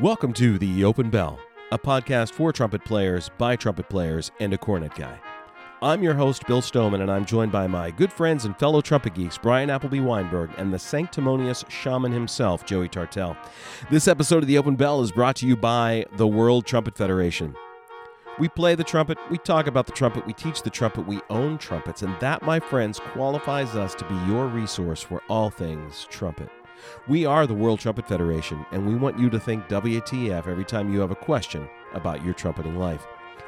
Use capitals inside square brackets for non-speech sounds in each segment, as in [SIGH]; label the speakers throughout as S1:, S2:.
S1: Welcome to The Open Bell, a podcast for trumpet players, by trumpet players, and a cornet guy. I'm your host, Bill Stoneman, and I'm joined by my good friends and fellow trumpet geeks, Brian Appleby Weinberg and the sanctimonious shaman himself, Joey Tartell. This episode of The Open Bell is brought to you by the World Trumpet Federation. We play the trumpet, we talk about the trumpet, we teach the trumpet, we own trumpets, and that, my friends, qualifies us to be your resource for all things trumpet. We are the World Trumpet Federation, and we want you to think WTF every time you have a question about your trumpeting life.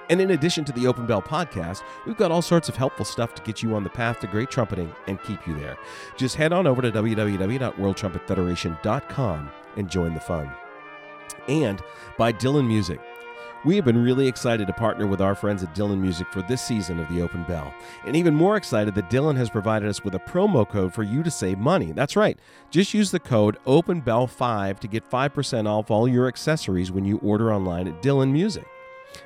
S1: And in addition to the Open Bell podcast, we've got all sorts of helpful stuff to get you on the path to great trumpeting and keep you there. Just head on over to www.worldtrumpetfederation.com and join the fun. And by Dylan Music. We have been really excited to partner with our friends at Dylan Music for this season of The Open Bell, and even more excited that Dylan has provided us with a promo code for you to save money. That's right, just use the code OpenBell5 to get 5% off all your accessories when you order online at Dylan Music.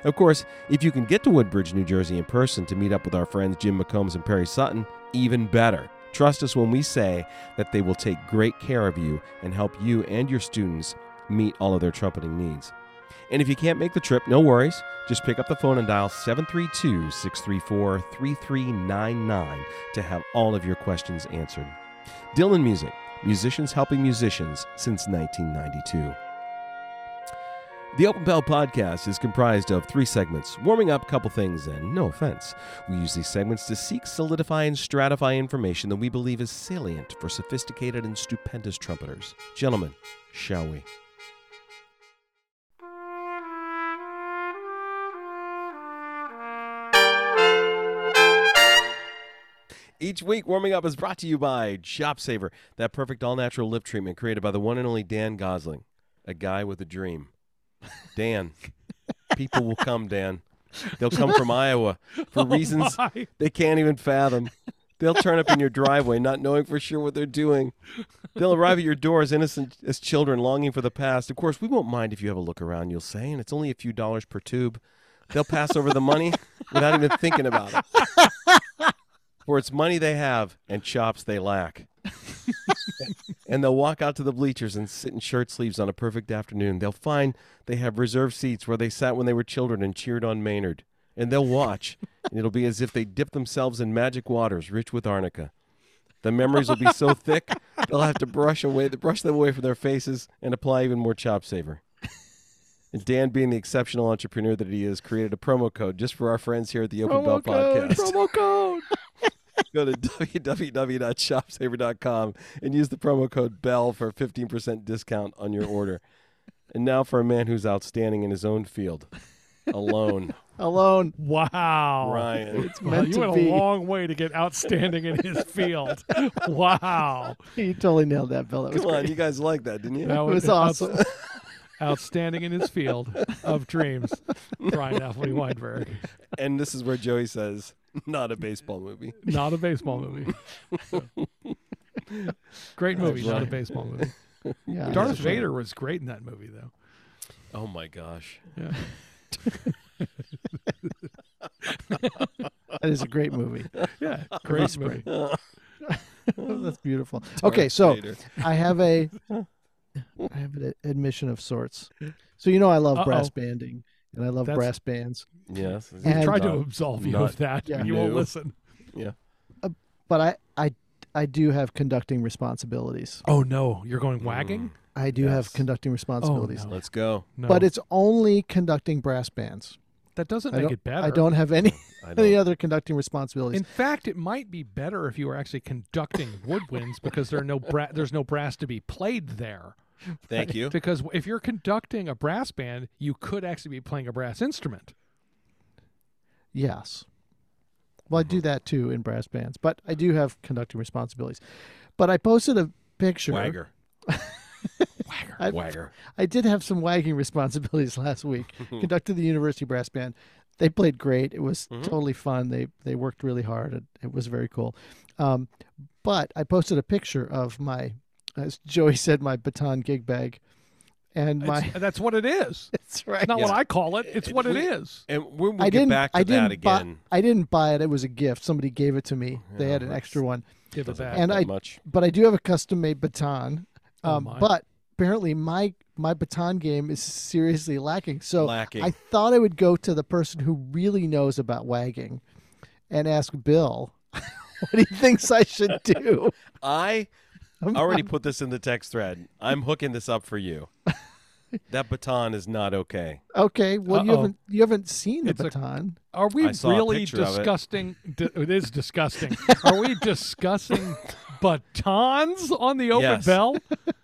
S1: Of course, if you can get to Woodbridge, New Jersey in person to meet up with our friends Jim McCombs and Perry Sutton, even better. Trust us when we say that they will take great care of you and help you and your students meet all of their trumpeting needs. And if you can't make the trip, no worries. Just pick up the phone and dial 732 634 3399 to have all of your questions answered. Dylan Music, musicians helping musicians since 1992. The Open Bell podcast is comprised of three segments warming up, couple things, and no offense. We use these segments to seek, solidify, and stratify information that we believe is salient for sophisticated and stupendous trumpeters. Gentlemen, shall we? Each week, Warming Up is brought to you by Chop Saver, that perfect all natural lip treatment created by the one and only Dan Gosling, a guy with a dream. Dan, people will come, Dan. They'll come from Iowa for
S2: [LAUGHS]
S1: reasons
S2: my.
S1: they can't even fathom. They'll turn up in your driveway not knowing for sure what they're doing. They'll arrive at your door as innocent as children longing for the past. Of course, we won't mind if you have a look around, you'll say, and it's only a few dollars per tube. They'll pass over the money without even thinking about it. For it's money they have and chops they lack. and they'll walk out to the bleachers and sit in shirt sleeves on a perfect afternoon. They'll find they have reserved seats where they sat when they were children and cheered on Maynard. And they'll watch, and it'll be as if they dipped themselves in magic waters rich with arnica. The memories will be so thick they'll have to brush away, brush them away from their faces, and apply even more chop saver. And Dan, being the exceptional entrepreneur that he is, created a promo code just for our friends here at the Open Bell Podcast
S2: Promo code.
S1: go to [LAUGHS] www.shopsaver.com and use the promo code BELL for a 15% discount on your order. And now for a man who's outstanding in his own field, [LAUGHS] alone,
S3: alone.
S2: Wow.
S1: Ryan.
S3: It's
S2: Wow,
S3: meant
S2: you
S3: to
S2: went
S3: be.
S2: a long way to get outstanding in
S3: [LAUGHS]
S2: his field. Wow.
S3: You totally nailed that, Bill. That was
S1: Come on,
S3: great.
S1: you guys like that, didn't you?
S2: That
S3: It was
S2: outs-
S3: awesome.
S2: [LAUGHS] Outstanding in his field of dreams. Brian Appley Weinberg.
S1: [LAUGHS] And this is where Joey says, not a baseball movie.
S2: Not a baseball movie. Great movie, not a
S1: right.
S2: baseball movie.
S3: Yeah,
S2: Darth Vader was great in that movie, though.
S1: Oh my gosh.
S2: Yeah.
S3: That is a great
S2: [LAUGHS]
S3: movie.
S2: Yeah. Great movie. Oh,
S3: That's beautiful. [LAUGHS] okay, so
S1: Vader.
S3: I
S2: [LAUGHS]
S3: have a, I have an admission of sorts. So you know I love brass
S2: Uh-oh.
S3: banding, and I love
S2: That's-
S3: brass bands.
S1: Yes. Uh,
S2: We
S3: And- uh,
S2: tried to
S1: Not-
S2: absolve you
S1: not
S2: of that.
S3: Yeah.
S2: and You won't
S1: new.
S2: listen.
S3: But I, I, I do have conducting responsibilities.
S2: Oh, no. You're going wagging?
S3: I do
S1: Yes.
S3: have conducting responsibilities.
S2: Oh,
S1: [LAUGHS]
S2: no.
S1: Let's go.
S2: No.
S3: But it's only conducting brass bands.
S2: that doesn't
S3: I
S2: make
S3: don't-
S2: it better.
S3: I don't have any [LAUGHS]
S1: I
S3: any
S1: don't,
S3: other conducting responsibilities.
S2: In fact, it might be better if you were actually conducting woodwinds because there are no bra- there's no brass to be played there.
S1: thank
S2: [LAUGHS]
S1: you.
S2: Because if you're conducting a brass band, you could actually be playing a brass instrument.
S3: Yes. Well, I do
S1: Mm-hmm.
S3: that too in brass bands, but I do have conducting responsibilities. But I posted a picture.
S1: Wagger. [LAUGHS] Wagger.
S3: I-
S1: Wagger.
S3: I did have some wagging [LAUGHS] responsibilities
S1: [LAUGHS]
S3: last week.
S1: Hmm.
S3: Conducted the university brass band. They played great. It was
S1: Mm-hmm.
S3: totally fun. They they worked really hard. It, it was very cool. Um, but I posted a picture of my, as Joey said, my baton gig bag, and
S2: It's- [LAUGHS]
S3: my. [LAUGHS]
S2: that's what it is.
S3: That's right.
S2: It's not
S1: Yeah.
S2: what I call it. It's
S1: It-
S2: what it
S1: we-
S2: is.
S1: And we'll, we'll
S3: I
S1: get
S3: didn't.
S1: back to
S3: I
S1: that
S3: didn't buy.
S1: again.
S3: I didn't buy it. It was a gift. Somebody gave it to me. they
S1: Yeah,
S3: had an
S1: that's-
S3: extra one.
S2: Give it back.
S3: And
S1: Not
S3: I-
S1: much.
S3: but I do have a custom made baton.
S2: Oh,
S3: Um,
S2: my.
S3: but apparently my my baton game is seriously lacking. So
S1: Lacking.
S3: I thought I would go to the person who really knows about wagging and ask Bill [LAUGHS] what he thinks I should
S2: [LAUGHS]
S3: do.
S1: I already put this in the text thread. I'm hooking this up for [LAUGHS] you. that baton is not okay.
S3: Okay, well you
S2: Uh-oh.
S3: haven't you haven't seen the
S2: It's a-
S3: baton.
S2: Are we
S1: I saw a
S2: really
S1: picture of it.
S2: disgusting? di- it is disgusting. Are
S3: [LAUGHS]
S2: we discussing batons on the open
S1: Yes.
S2: bell?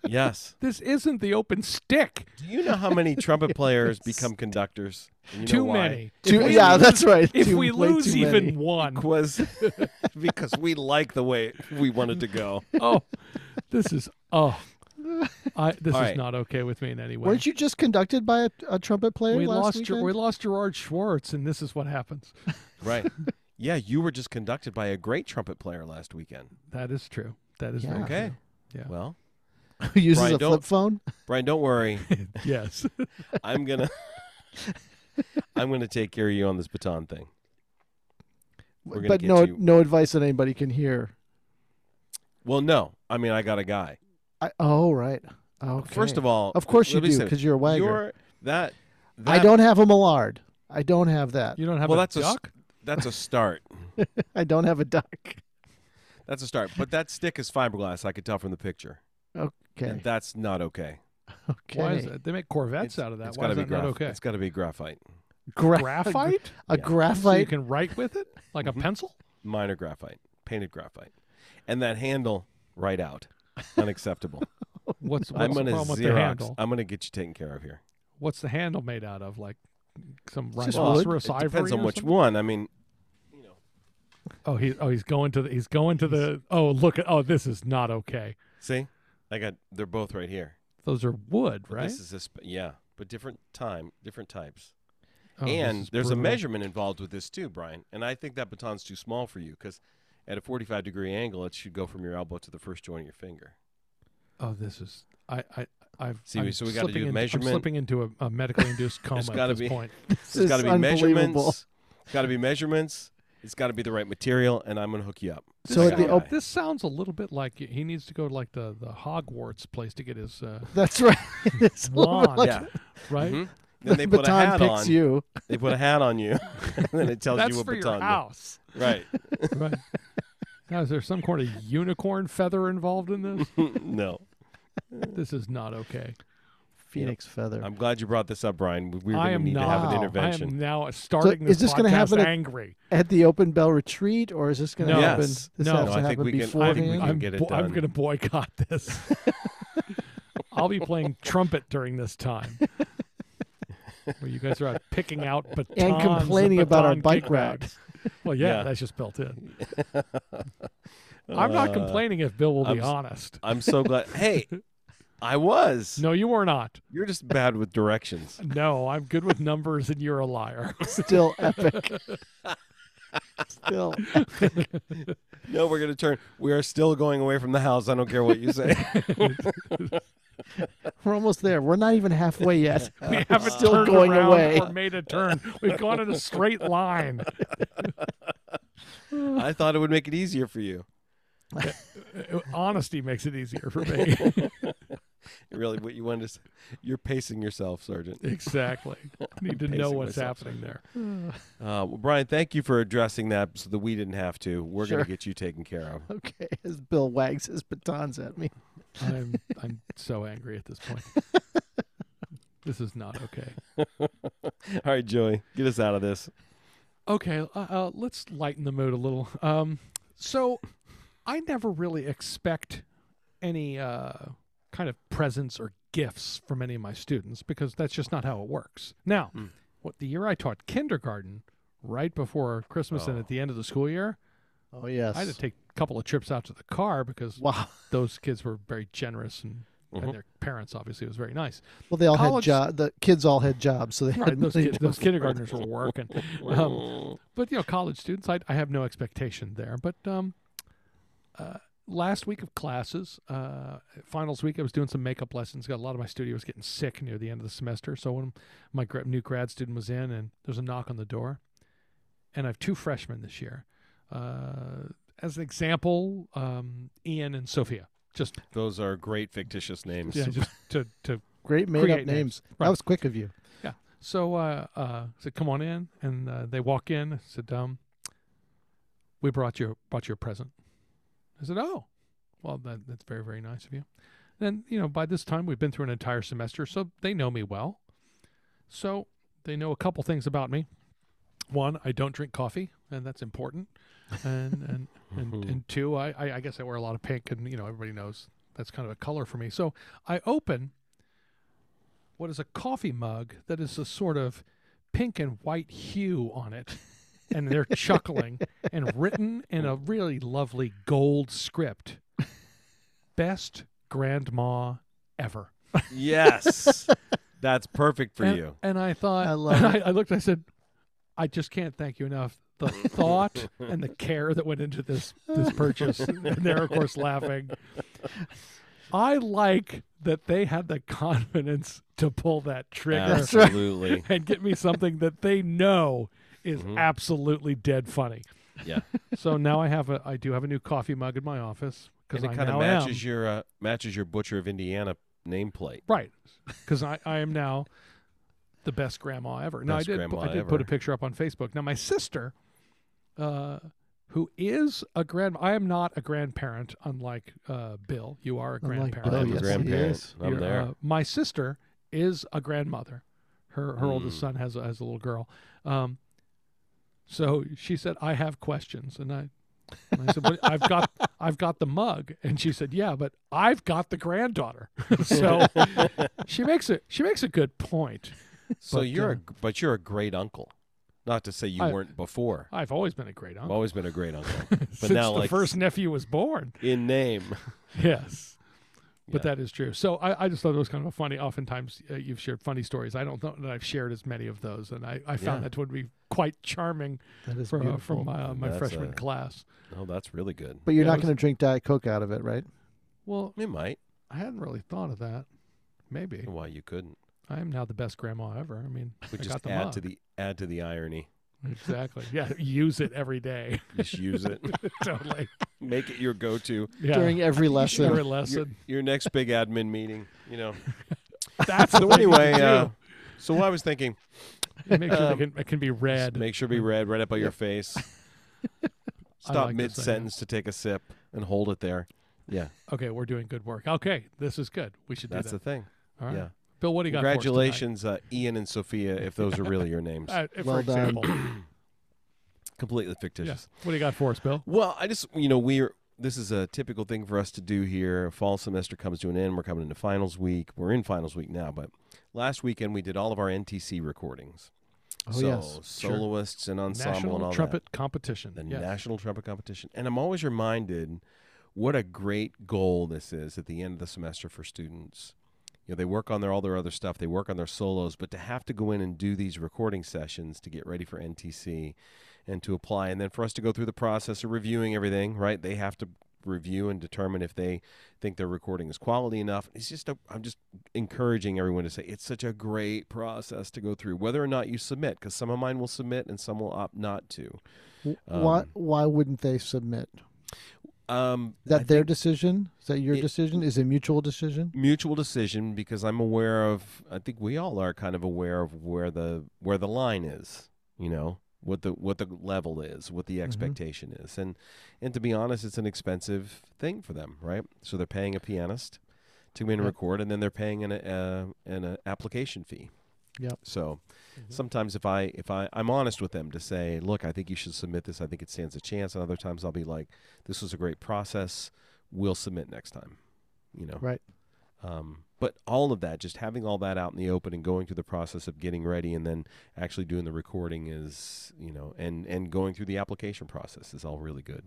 S1: Yes.
S2: This isn't the open stick.
S1: [LAUGHS] Do you know how many [LAUGHS] trumpet players become conductors? And you know
S2: too
S1: why?
S2: many. If
S3: Too-
S2: we
S3: yeah,
S2: lose-
S3: that's right.
S2: If
S3: Too-
S2: we
S3: way too
S2: lose
S3: many.
S2: even one,
S1: Was
S3: [LAUGHS]
S1: because we like the way we wanted to go.
S2: oh, this is
S3: [LAUGHS]
S2: oh, I, this
S1: All
S2: is
S1: right.
S2: not okay with me in any way.
S3: Weren't you just conducted by a, a trumpet player
S2: we
S3: last
S2: lost Ger-
S3: weekend?
S2: we lost Gerard Schwartz, and this is what
S3: [LAUGHS]
S2: happens.
S1: Right. Yeah, you were just conducted by a great trumpet player last weekend.
S2: That is true. That is very
S3: Oh, Yeah.
S1: Okay.
S2: Yeah.
S1: Well,
S3: Who [LAUGHS] uses
S1: Brian,
S3: a
S1: don't-
S3: flip phone?
S1: Brian, don't
S3: [LAUGHS]
S1: worry.
S2: true. yes.
S1: I'm gonna [LAUGHS] I'm gonna take care of you on this baton thing. We're gonna
S3: But
S1: get
S3: no
S1: you-
S3: no advice that anybody can hear.
S1: Well, no. I mean, I got a guy.
S3: I, oh right. Okay.
S1: First of all,
S3: Of course you
S1: let me
S3: do,
S1: say-
S3: 'cause you're a wagger.
S1: You're that,
S3: I
S1: that-
S3: don't have a Millard. I don't have that.
S2: You don't have
S1: Well,
S2: a
S1: that's a s-
S2: duck.
S1: That's a start.
S3: [LAUGHS] I don't have a duck.
S1: That's a start. But that stick is fiberglass. I could tell from the picture,
S3: Okay.
S1: and that's not okay.
S3: Okay.
S2: Why is that? They make Corvettes
S1: It's-
S2: out of that.
S1: It's
S2: Why
S1: gotta
S2: is
S1: be
S2: that not
S1: graph-
S2: okay?
S1: It's got to be graphite,
S3: Gra- [LAUGHS]
S2: Graphite?
S3: A
S1: Yeah.
S2: So you
S3: graphite.
S2: can write with it like a
S1: Mhm.
S2: pencil.
S1: minor graphite, painted graphite, and that handle right out. Unacceptable.
S2: What's, [LAUGHS] what's
S1: [LAUGHS] I'm
S2: the
S1: gonna
S2: problem with the
S1: Xerox.
S2: handle?
S1: I'm gonna get you taken care of here.
S2: What's the handle made out of? Like some
S3: Just wood.
S2: rhinoceros
S1: it
S2: ivory?
S1: depends on
S2: or
S1: which
S2: something?
S1: one. I mean,
S2: Oh, he, oh, he's going to the. He's going to the. Oh, look at. Oh, this is not okay.
S1: see, I got. They're both right here.
S2: Those are wood,
S1: But
S2: right?
S1: This is a sp- yeah, but different time, different types.
S2: Oh, this
S1: and
S2: is
S1: there's a
S2: brutal.
S1: measurement involved with this too, Brian. And I think that baton's too small for you because at a 45 degree angle, it should go from your elbow to the first joint of your finger.
S2: Oh, this is. I. I. I've.
S1: See,
S2: I'm
S1: so we gotta do
S2: slipping into-
S1: measurement.
S2: I'm slipping into a, a
S1: [LAUGHS]
S2: medically induced coma at
S1: gotta
S2: this
S1: be-
S2: point.
S3: this
S1: it's
S3: is
S1: got to be
S3: unbelievable.
S1: measurements. It's got to be measurements. It's got to be the right material, and I'm gonna hook you up.
S2: This
S3: So
S1: I
S3: at
S1: got
S3: the
S1: a
S2: sound-
S1: guy.
S3: op-
S2: this sounds a little bit like he needs to go to like the the Hogwarts place to get his uh,
S3: That's right. [LAUGHS] it's a little bit
S2: wand,
S3: like
S1: yeah.
S2: right. [LAUGHS]
S1: mhm.
S3: the
S1: Then they put a
S3: baton
S1: hat
S3: picks
S1: on.
S3: you.
S1: They put a hat on you, [LAUGHS] and then it [LAUGHS] tells
S2: That's
S1: you what
S2: for
S1: baton. [LAUGHS]
S2: your house. [LAUGHS]
S1: Right?
S2: Right. Now, is there some kind of unicorn feather involved in
S1: [LAUGHS]
S2: this?
S1: no.
S2: this is not okay.
S3: Phoenix feather.
S1: I'm glad you brought this up, Brian. We- We
S2: I
S1: really
S2: am
S1: need
S2: not.
S1: to have an
S3: Wow.
S1: intervention.
S2: I am now starting this,
S3: is this gonna
S2: podcast
S3: happen at-
S2: angry.
S3: At the open bell retreat, or is this going to
S2: No.
S3: happen?
S1: Yes.
S3: This
S2: No.
S3: has
S2: No,
S3: to
S1: I think
S3: happen
S1: we can- I think we
S3: beforehand.
S1: can
S3: [LAUGHS]
S2: I'm,
S1: get it
S2: bo- I'm
S1: done.
S2: going to boycott this. [LAUGHS] I'll be playing trumpet during this time. Where you guys are out picking out batons
S3: complaining about our
S2: baton
S3: bike
S2: kickbacks.
S3: route.
S2: Well, yeah,
S1: Yeah.
S2: that's just built in. I'm not
S1: Uh,
S2: complaining if Bill will
S1: I'm
S2: be
S1: s-
S2: honest.
S1: I'm so glad.
S2: [LAUGHS]
S1: Hey, I was.
S2: No, you are not.
S1: You're just bad with directions.
S2: No, I'm good with numbers, and you're a liar. [LAUGHS]
S3: Still epic. [LAUGHS] Still.
S1: No, we're gonna turn. We are still going away from the house. I don't care what you
S2: [LAUGHS]
S1: say.
S3: We're almost there. We're not even halfway yet.
S1: [LAUGHS]
S3: [LAUGHS]
S2: We haven't
S3: still
S2: turned
S3: going
S2: around
S3: away.
S2: or made a turn. We've gone in a straight line.
S1: I thought it would make it easier for you.
S2: Honesty makes it easier for me. [LAUGHS]
S1: Really, what you wanted to say. You're pacing yourself, Sergeant.
S2: exactly. Need to know
S1: pacing
S2: what's
S1: myself.
S2: happening there.
S1: Uh, well, Brian, thank you for addressing that so that we didn't have to. We're
S3: Sure.
S1: gonna get you taken care of.
S3: Okay, as Bill wags his batons at me.
S2: I'm I'm so angry at this point. this is not okay.
S1: All right, Joey, get us out of this.
S2: Okay, uh, uh, let's lighten the mood a little. Um, so, I never really expect any uh, kind of presents or gifts from any of my students because that's just not how it works. Now,
S1: Mm.
S2: what the year I taught kindergarten, right before Christmas and
S1: Oh.
S2: at the end of the school year,
S3: Oh yes.
S2: I had to take a couple of trips out to the car because
S3: wow.
S2: those kids were very generous and,
S1: Mhm.
S2: and their parents obviously was very nice.
S3: Well, they all
S2: College-
S3: had jobs. The kids all had jobs, so they
S2: [LAUGHS] Right,
S3: had
S2: those,
S3: money
S2: kid,
S3: to
S2: those kindergartners were working. Um, but you know, college students, I, I have no expectation there. But um, uh, last week of classes, uh, finals week, I was doing some makeup lessons. Got a lot of my studio was getting sick near the end of the semester, so when my gra- new grad student was in, and there's a knock on the door, and I have two freshmen this year. Uh, as an example, um, Ian and Sophia Just
S1: Those are great fictitious names.
S2: yeah, just to to
S3: Great made up
S2: create
S3: names.
S2: Right.
S3: That was quick of you.
S2: So uh, uh, I said, "Come on in," and uh, they walk in. I said, um, "We brought you brought you a present." I said, "Oh, well, that, that's very very nice of you." Then you know, by this time we've been through an entire semester, so they know me well. So they know a couple things about me. One, I don't drink coffee, and that's important. And and and, and two, I, I I guess I wear a lot of pink, and you know everybody knows that's kind of a color for me. So I open what is a coffee mug that is a sort of pink and white hue on it. And they're chuckling and written in a really lovely gold script. Best grandma ever. [LAUGHS]
S1: Yes. That's perfect for
S2: and,
S1: you.
S2: And I thought,
S3: I
S2: [LAUGHS]
S3: love
S2: and I, I looked, I said, I just can't thank you enough.
S3: [LAUGHS]
S2: The thought
S1: [LAUGHS]
S2: and the care that went into this this
S3: [LAUGHS]
S2: purchase, and they're of course laughing. I like that they had the confidence to pull that trigger
S3: That's right.
S2: [LAUGHS]
S1: Absolutely.
S2: and get me something that they know is
S1: Mhm.
S2: absolutely dead funny.
S1: Yeah.
S2: [LAUGHS] So now I have a I do have a new coffee mug in my office because
S1: And
S2: I
S1: it kind
S2: now
S1: of
S2: am
S1: matches your uh, matches your Butcher of Indiana nameplate.
S2: right because I, I am now the best grandma ever. Now I
S1: Best
S2: did
S1: grandma
S2: I did put
S1: ever.
S2: a picture up on Facebook. Now my sister, uh, who is a grand I am not a grandparent unlike uh, Bill. You are a
S3: Unlike
S2: grandparent.
S3: Bill,
S1: I'm
S3: yes,
S1: a
S3: he
S1: grandparent.
S3: is.
S1: I'm
S2: You're,
S1: there.
S2: uh, my sister is a grandmother. Her her oldest
S1: Mm.
S2: son has a, has a little girl. Um, so she said, "I have questions," and I, and I said, but "I've got
S1: [LAUGHS]
S2: I've got the mug," and she said, "Yeah, but I've got
S1: [LAUGHS]
S2: the granddaughter." so she makes a she makes a good point.
S1: so
S2: but,
S1: you're
S2: uh,
S1: a, but you're a great uncle. Not to say you
S2: I-
S1: weren't before.
S2: I've always been a great
S1: I've
S2: uncle
S1: always been a great
S2: [LAUGHS]
S1: uncle
S2: since
S1: now,
S2: the
S1: like-
S2: first nephew was born.
S1: in name.
S2: Yes. But
S1: Yeah.
S2: that is true. So I, I just thought it was kind of a funny. Oftentimes uh, you've shared funny stories. I don't know that I've shared as many of those, and I, I found
S1: Yeah.
S2: that would be quite charming
S3: That is
S2: from,
S3: beautiful.
S2: from my, uh, my
S1: That's
S2: freshman
S1: a-
S2: class.
S1: Oh, that's really good.
S3: but you're
S2: Yeah, it
S3: not
S2: was-
S3: going to drink Diet Coke out of it, right?
S2: Well,
S1: You might.
S2: I hadn't really thought of that. Maybe
S1: Why you couldn't?
S2: I am now the best grandma ever. I mean,
S1: We
S2: I
S1: just
S2: got the
S1: add
S2: mug.
S1: to the add to the irony.
S2: exactly. Yeah, use it every day. [LAUGHS]
S1: Just use it. [LAUGHS]
S2: totally.
S1: Make it your go-to.
S2: Yeah. [LAUGHS]
S3: During every
S2: Every
S3: lesson.
S1: Your,
S2: lesson.
S1: your next big admin meeting. You know. [LAUGHS]
S2: That's the
S1: So
S2: way you
S1: anyway,
S2: do.
S1: uh, so I was
S2: [LAUGHS]
S1: thinking,
S2: make sure
S1: um,
S2: they can, it can be
S1: just
S2: read.
S1: make sure to be read right up by your
S2: [LAUGHS]
S1: face. Stop
S2: like this idea.
S1: mid-sentence to take a sip and hold it there. Yeah,
S2: okay, we're doing good work. Okay, this is good. We should do
S1: that's the
S2: that.
S1: thing.
S2: All right.
S1: yeah.
S2: Bill, what do you got? for us tonight?
S1: Congratulations, uh, Ian and Sophia, if those are really your names.
S2: Uh, for
S3: Well
S1: [CLEARS THROAT]
S3: done.
S2: example, yeah.
S1: Completely fictitious.
S2: what do you got for us, Bill?
S1: Well, I just you know we're this is a typical thing for us to do here. Fall semester comes to an end. We're coming into finals week. We're in finals week now, but last weekend we did all of our NTC recordings.
S3: Oh,
S1: so
S3: yes. Sure.
S1: soloists and ensemble
S2: National
S1: and all
S2: trumpet competition.
S1: that. The
S2: Yes.
S1: national trumpet competition, and I'm always reminded what a great goal this is at the end of the semester for students. You know, they work on their all their other stuff. They work on their solos, but to have to go in and do these recording sessions to get ready for NTC and to apply, and then for us to go through the process of reviewing everything, right? They have to review and determine if they think their recording is quality enough. It's just a, I'm just encouraging everyone to say it's such a great process to go through, whether or not you submit, because some of mine will submit and some will opt not to.
S3: why,
S1: um,
S3: why wouldn't they submit?
S1: Um,
S3: That
S1: I
S3: their decision? Is that your
S1: It-
S3: decision? Is it mutual decision?
S1: mutual decision because I'm aware of I think we all are kind of aware of where the where the line is, you know, what the what the level is, what
S3: Mm-hmm.
S1: the expectation is. And and to be honest, it's an expensive thing for them, right? So they're paying a pianist to come in and
S3: Yep.
S1: record and then they're paying an uh, an uh, application fee.
S3: Yep.
S1: So
S2: Mm-hmm.
S1: sometimes if I if I I'm honest with them to say, look, I think you should submit this. I think it stands a chance. And other times I'll be like, this was a great process. We'll submit next time. You know.
S3: Right.
S1: Um, but all of that, just having all that out in the open and going through the process of getting ready and then actually doing the recording is, you know, and and going through the application process is all really good.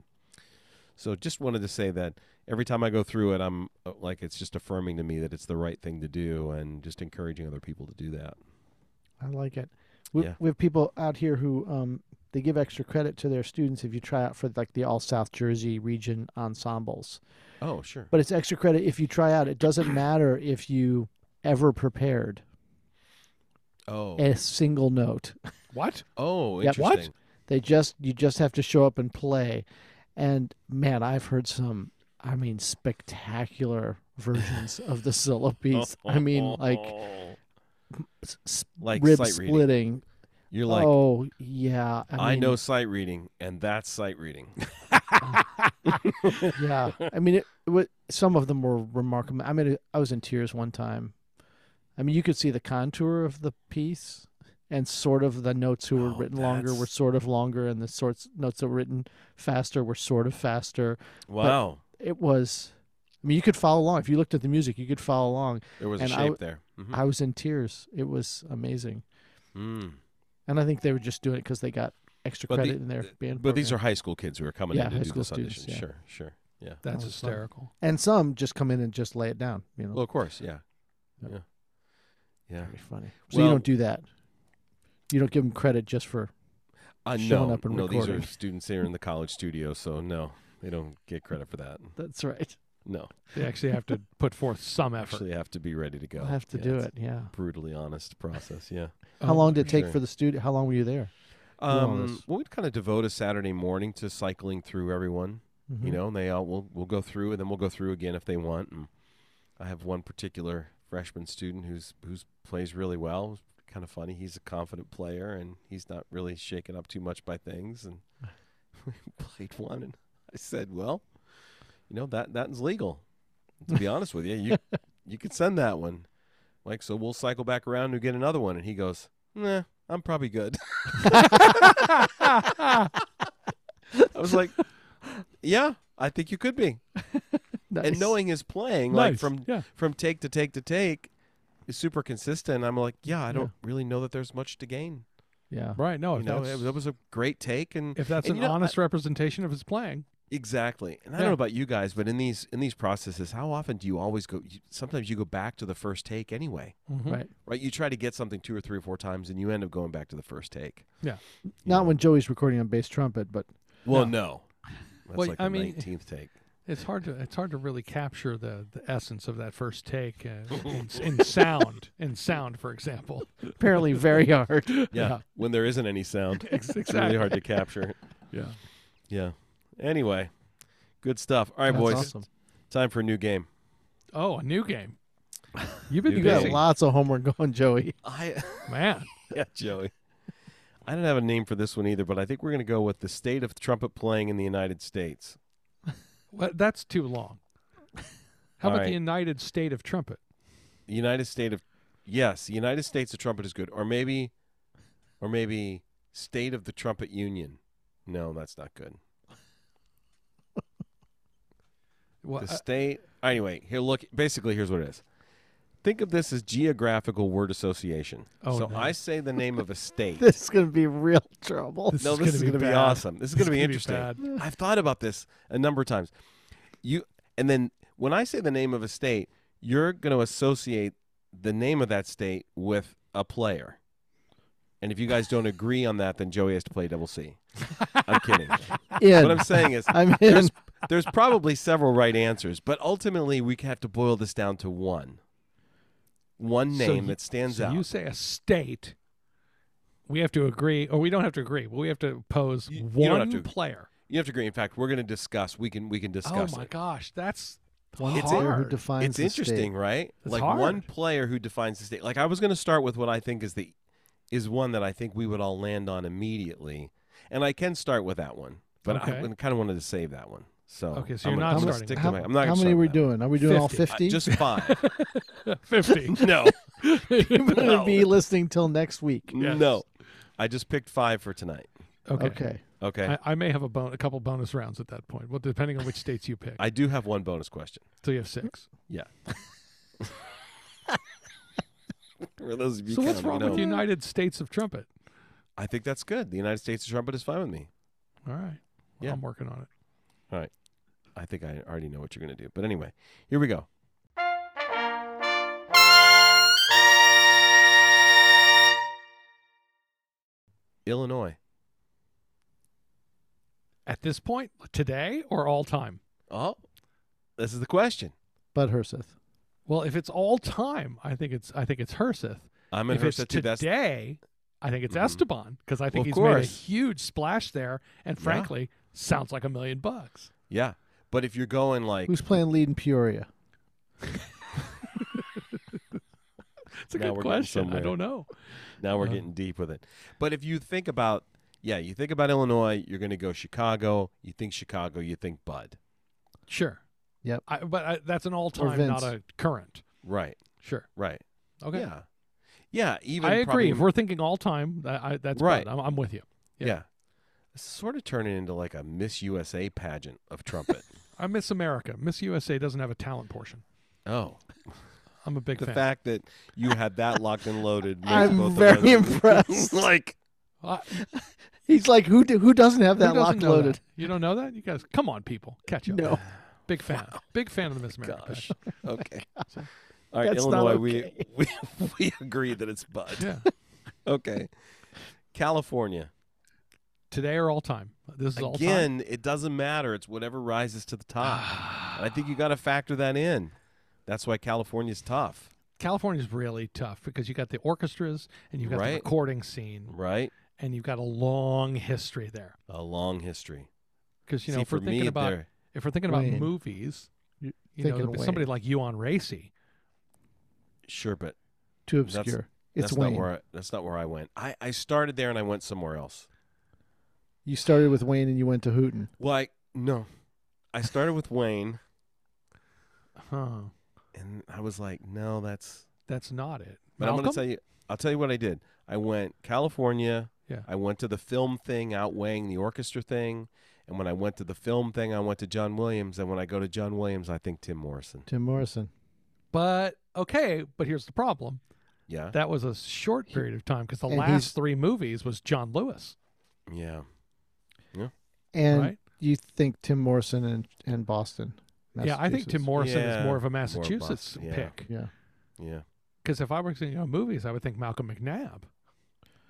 S1: So just wanted to say that every time I go through it, I'm uh, like it's just affirming to me that it's the right thing to do and just encouraging other people to do that.
S3: I like it. We,
S1: Yeah.
S3: we have people out here who um, they give extra credit to their students if you try out for like the all South Jersey region ensembles.
S1: Oh, sure.
S3: But it's extra credit if you try out. It doesn't matter if you ever prepared
S1: Oh,
S3: a single note.
S2: What?
S1: oh,
S3: Yep.
S1: interesting.
S3: What? They just you just have to show up and play. And man, I've heard some I mean, spectacular versions of the Scylla piece. I
S1: [LAUGHS]
S3: mean, like s- s-
S1: Like
S3: rib
S1: sight reading.
S3: splitting.
S1: You're like,
S3: oh yeah,
S1: I,
S3: I, mean,
S1: know sight reading, and that's sight
S3: [LAUGHS]
S1: reading. [LAUGHS]
S3: yeah, I mean, it, it was, some of them were remarkable. I mean, I was in tears one time. I mean, you could see the contour of the piece, and sort of the notes who were
S1: Oh,
S3: written longer were
S1: that's-
S3: sort of longer, and the sorts notes that were written faster were sort of faster.
S1: Wow,
S3: It was. I mean, you could follow along if you looked at the music. You could follow along.
S1: there was a
S3: and I
S1: shape
S3: w-
S1: there. Mhm.
S3: I was in tears. It was amazing,
S1: Mm.
S3: and I think they were just doing it because they got extra
S1: But the- uh,
S3: credit in their band.
S1: But these
S3: program.
S1: are high school kids who are coming
S3: Yeah,
S1: in to
S3: high
S1: do
S3: school
S1: this audition.
S3: students, yeah.
S1: Sure, sure, yeah.
S2: That's
S3: was fun.
S2: hysterical.
S3: and some just come in and just lay it down. You know,
S1: Well, of course, yeah,
S3: Yeah.
S1: yeah, yeah.
S3: That'd be funny. So
S1: Well-
S3: you don't do that. You don't give them credit just for
S1: Uh,
S3: showing
S1: no,
S3: up and
S1: no, these are
S3: recording.
S1: students here in the college studio, so no, they don't get credit for that.
S3: that's right.
S1: No,
S2: They actually have
S1: [LAUGHS]
S2: to put forth some effort.
S1: actually have to be ready to go.
S3: I'll have to
S1: Yeah,
S3: do
S1: it's
S3: it. Yeah.
S1: a Brutally honest process, yeah.
S2: Oh
S3: How long
S2: my
S1: [LAUGHS]
S3: did it take
S1: sure.
S3: for the studio? How long were you there? on
S1: Um,
S3: this.
S1: well, we'd kind of devote a Saturday morning to cycling through everyone, you
S3: Mhm.
S1: know, and they all will we'll go through, and then we'll go through again if they want. And I have one particular freshman student who's who's plays really well, kind of funny. He's a confident player, and he's not really shaken up too much by things. And [LAUGHS] we played one, and I said, "Well, you know that that's legal." To be honest with you, you you could send that one. Like, so we'll cycle back around and get another one. And he goes, "Nah, I'm probably good." [LAUGHS] I was like, "Yeah, I think you could be."
S3: Nice.
S1: And knowing his playing, like
S2: Nice.
S1: from
S2: yeah.
S1: from take to take to take, is super consistent. I'm like, "Yeah, I don't
S3: Yeah.
S1: really know that there's much to gain."
S3: yeah.
S2: Right. No,
S1: you
S2: if
S1: know,
S2: Oh, that's,
S1: it- that was a great take, and
S2: if that's
S1: and
S2: an
S1: you know, I-
S2: honest representation of his playing,
S1: Exactly, and I
S2: Yeah.
S1: don't know about you guys, but in these in these processes, how often do you always go? You, sometimes you go back to the first take anyway,
S2: Mhm.
S3: Right.
S1: right? You try to get something two or three or four times, and you end up going back to the first take.
S2: Yeah.
S1: You
S3: Not
S1: know?
S3: when Joey's recording on bass trumpet, but
S1: Well, no, that's
S2: Well,
S1: like
S2: I
S1: the
S2: mean-
S1: nineteenth take.
S2: It's hard to it's hard to really capture the, the essence of that first
S1: [LAUGHS]
S2: take uh, in, in sound in sound for example.
S3: apparently very [LAUGHS] hard.
S1: Yeah,
S2: [LAUGHS] Yeah.
S1: when there isn't any sound, [LAUGHS]
S2: exactly.
S1: it's really
S2: [LAUGHS]
S1: hard to capture.
S2: Yeah.
S1: Yeah. Anyway, good stuff. All right,
S3: That's
S1: boys,
S3: awesome.
S1: time for a new game.
S2: Oh, a
S1: [LAUGHS]
S2: new game. You've been
S1: New game.
S3: You
S2: busy,
S3: got
S1: Amazing.
S3: lots of homework going, Joey. [LAUGHS]
S1: I
S2: man.
S1: [LAUGHS] yeah, Joey. I don't have a name for this one either, but I think we're going to go with the state of trumpet playing in the United States.
S2: Well, that's too long.
S1: All
S2: How about
S1: right.
S2: the United State of Trumpet?
S1: The United State of yes, the United States of Trumpet is good, or maybe, or maybe State of the Trumpet Union. No, that's not good.
S2: Well,
S1: The
S2: uh,
S1: state. Anyway, here look. Basically, here's what it is. Think of this as geographical word association.
S2: Oh,
S1: so
S2: no.
S1: I say the name
S2: [LAUGHS]
S1: of a state.
S3: This is going to be real trouble.
S2: This-
S1: no,
S2: is
S1: this
S2: gonna
S1: is
S2: be
S1: going to be,
S2: bad.
S1: awesome. This is going to be
S2: gonna be
S1: interesting.
S2: bad.
S1: I've thought about this a number of times. You and then when I say the name of a state, you're going to associate the name of that state with a player. And if you guys don't agree on that, then Joey has to play double C. I'm kidding. what
S3: in.
S1: I'm saying is
S3: I'm in.
S1: there's probably several right answers, but ultimately we have to boil this down to one. One
S2: So
S1: name
S2: you-
S1: that stands
S2: so
S1: out.
S2: You say a state. We have to agree, or we don't have to agree, but we have to pose
S1: You- you
S2: one
S1: don't have to-
S2: player.
S1: you have to agree. In fact, we're going to discuss. We can we can discuss
S2: oh my
S1: it.
S2: gosh, that's
S3: One
S1: It's
S3: player who
S2: hard.
S3: defines
S1: it's
S3: the state.
S1: interesting, right?
S2: It's
S1: like
S2: hard.
S1: one player who defines the state. Like I was going to start with what I think is the is one that I think we would all land on immediately, and I can start with that one, but I
S2: Okay.
S1: kind of wanted to save that one. So
S2: Okay, so
S1: I'm
S2: you're
S1: gonna-
S2: not
S1: I'm gonna
S2: starting.
S1: stick to
S3: How,
S1: my- I'm not
S3: how
S1: gonna
S3: many
S1: start
S3: are we
S1: with that one.
S3: doing? Are we doing all
S2: 50.
S1: Uh,
S3: 50? [LAUGHS]
S1: just [LAUGHS]
S2: [LAUGHS]
S1: five.
S2: fifty.
S1: no,
S3: You're going to
S1: No.
S3: be listening till next week.
S2: Yes.
S1: no, I just picked five for tonight.
S2: Okay.
S3: Okay.
S1: Okay,
S2: I, I may have a, bon- a couple bonus rounds at that point. Well, depending on which states you pick.
S1: I do have one bonus question.
S2: so you have six.
S1: For those of [LAUGHS] you
S2: So what's
S1: counting,
S2: wrong
S1: no.
S2: with United States of Trumpet?
S1: I think that's good. The United States of Trumpet is fine with me.
S2: All right. Well,
S1: Yeah.
S2: I'm working on it.
S1: I think I already know what you're going to do. But anyway, here we go. Illinois.
S2: At this point, today or all time?
S1: Oh, this is the question.
S3: Bud Herseth.
S2: Well, if it's all time, I think it's I think it's Herseth.
S1: I'm in
S2: if it's
S1: Herseth too. That's
S2: today, I think it's
S1: Mhm.
S2: Esteban because I think
S1: Of
S2: he's made a
S1: course.
S2: huge splash there, and
S1: Yeah.
S2: frankly, sounds like a million bucks.
S1: yeah. But if you're going like
S3: Who's playing lead in Peoria? [LAUGHS]
S2: It's a
S1: Now
S2: good
S1: we're getting
S2: question. I
S1: somewhere.
S2: don't know.
S1: now we're
S2: Uh,
S1: getting deep with it. But if you think about yeah, you think about Illinois, you're going to go Chicago. You think Chicago, you think Bud.
S2: Sure.
S3: Yep.
S2: I, but I, that's an all-time, not
S3: Vince.
S2: a current.
S1: Right.
S2: Sure.
S1: Right.
S2: Okay.
S1: Yeah. Yeah, even
S2: I agree.
S1: probably-
S2: If we're thinking all-time, that, I, that's
S1: Right.
S2: right. I'm, I'm with you.
S1: yeah.
S2: yeah.
S1: It's sort of turning into like a Miss USA pageant of
S2: [LAUGHS]
S1: trumpet.
S2: I Miss America. Miss USA doesn't have a talent portion.
S1: oh.
S2: I'm a big
S1: The
S2: fan.
S1: fact that you had that locked and
S2: [LAUGHS]
S1: loaded makes
S3: I'm
S1: both of
S3: very
S1: us [LAUGHS]
S3: impressed.
S1: like
S2: Uh,
S3: He's like, who do, who doesn't have
S2: who
S3: that
S2: doesn't
S3: locked
S2: know
S3: loaded?
S2: that? You don't know that? You guys, come on, people, catch up.
S3: No.
S2: Big
S3: [LAUGHS]
S2: fan. Big fan of the Miss America.
S1: Gosh.
S2: pageant. [LAUGHS]
S1: okay. All right,
S3: That's not
S1: Illinois,
S3: okay.
S1: [LAUGHS] we, we we agree that it's Bud.
S2: Yeah.
S1: Okay. California.
S2: [LAUGHS] Today or all time. This is all [SIGHS] time.
S1: Again, it doesn't matter. It's whatever rises to the top. And ah, I think you got to factor that in. That's why California's tough,
S2: California's really tough because you got the orchestras and you've got
S1: Right.
S2: the recording scene
S1: right?
S2: and you've got a long history there.
S1: A long history.
S2: Because you know,
S1: See,
S2: if we're
S1: for
S2: thinking
S1: me,
S2: about
S1: there-
S2: if we're thinking about
S3: Wayne.
S2: movies,
S3: You're
S2: you know,
S3: thinking
S2: there'd be somebody like you on Racy.
S1: sure, but
S3: Too
S1: That's-
S3: obscure. It's
S1: that's
S3: Wayne.
S1: not where I, that's not where I went. I, I started there and I went somewhere else.
S3: You started with Wayne and you went to Hooten.
S1: Well, I, no, I started with Wayne,
S2: Huh.
S1: and I was like, no, that's.
S2: That's not it.
S1: But I'm going to
S2: Malcolm?
S1: tell you. I'll tell you what I did. I went California.
S2: Yeah.
S1: I went to the film thing, outweighing the orchestra thing, and when I went to the film thing, I went to John Williams, and when I go to John Williams, I think Tim Morrison.
S3: Tim Morrison.
S2: But okay, but here's the problem.
S1: Yeah.
S2: That was a short period of time because the
S3: and
S2: last
S3: he's-
S2: three movies was John Lewis,
S1: yeah.
S3: And
S2: right?
S3: you think Tim Morrison and, and Boston.
S2: Yeah, I think Tim
S3: Massachusetts.
S2: Morrison
S1: Yeah,
S2: is more of a
S1: more
S2: Massachusetts
S1: Boston, yeah.
S2: pick.
S3: Yeah.
S1: Yeah.
S2: Because if I were thinking of movies, I would think Malcolm McNabb.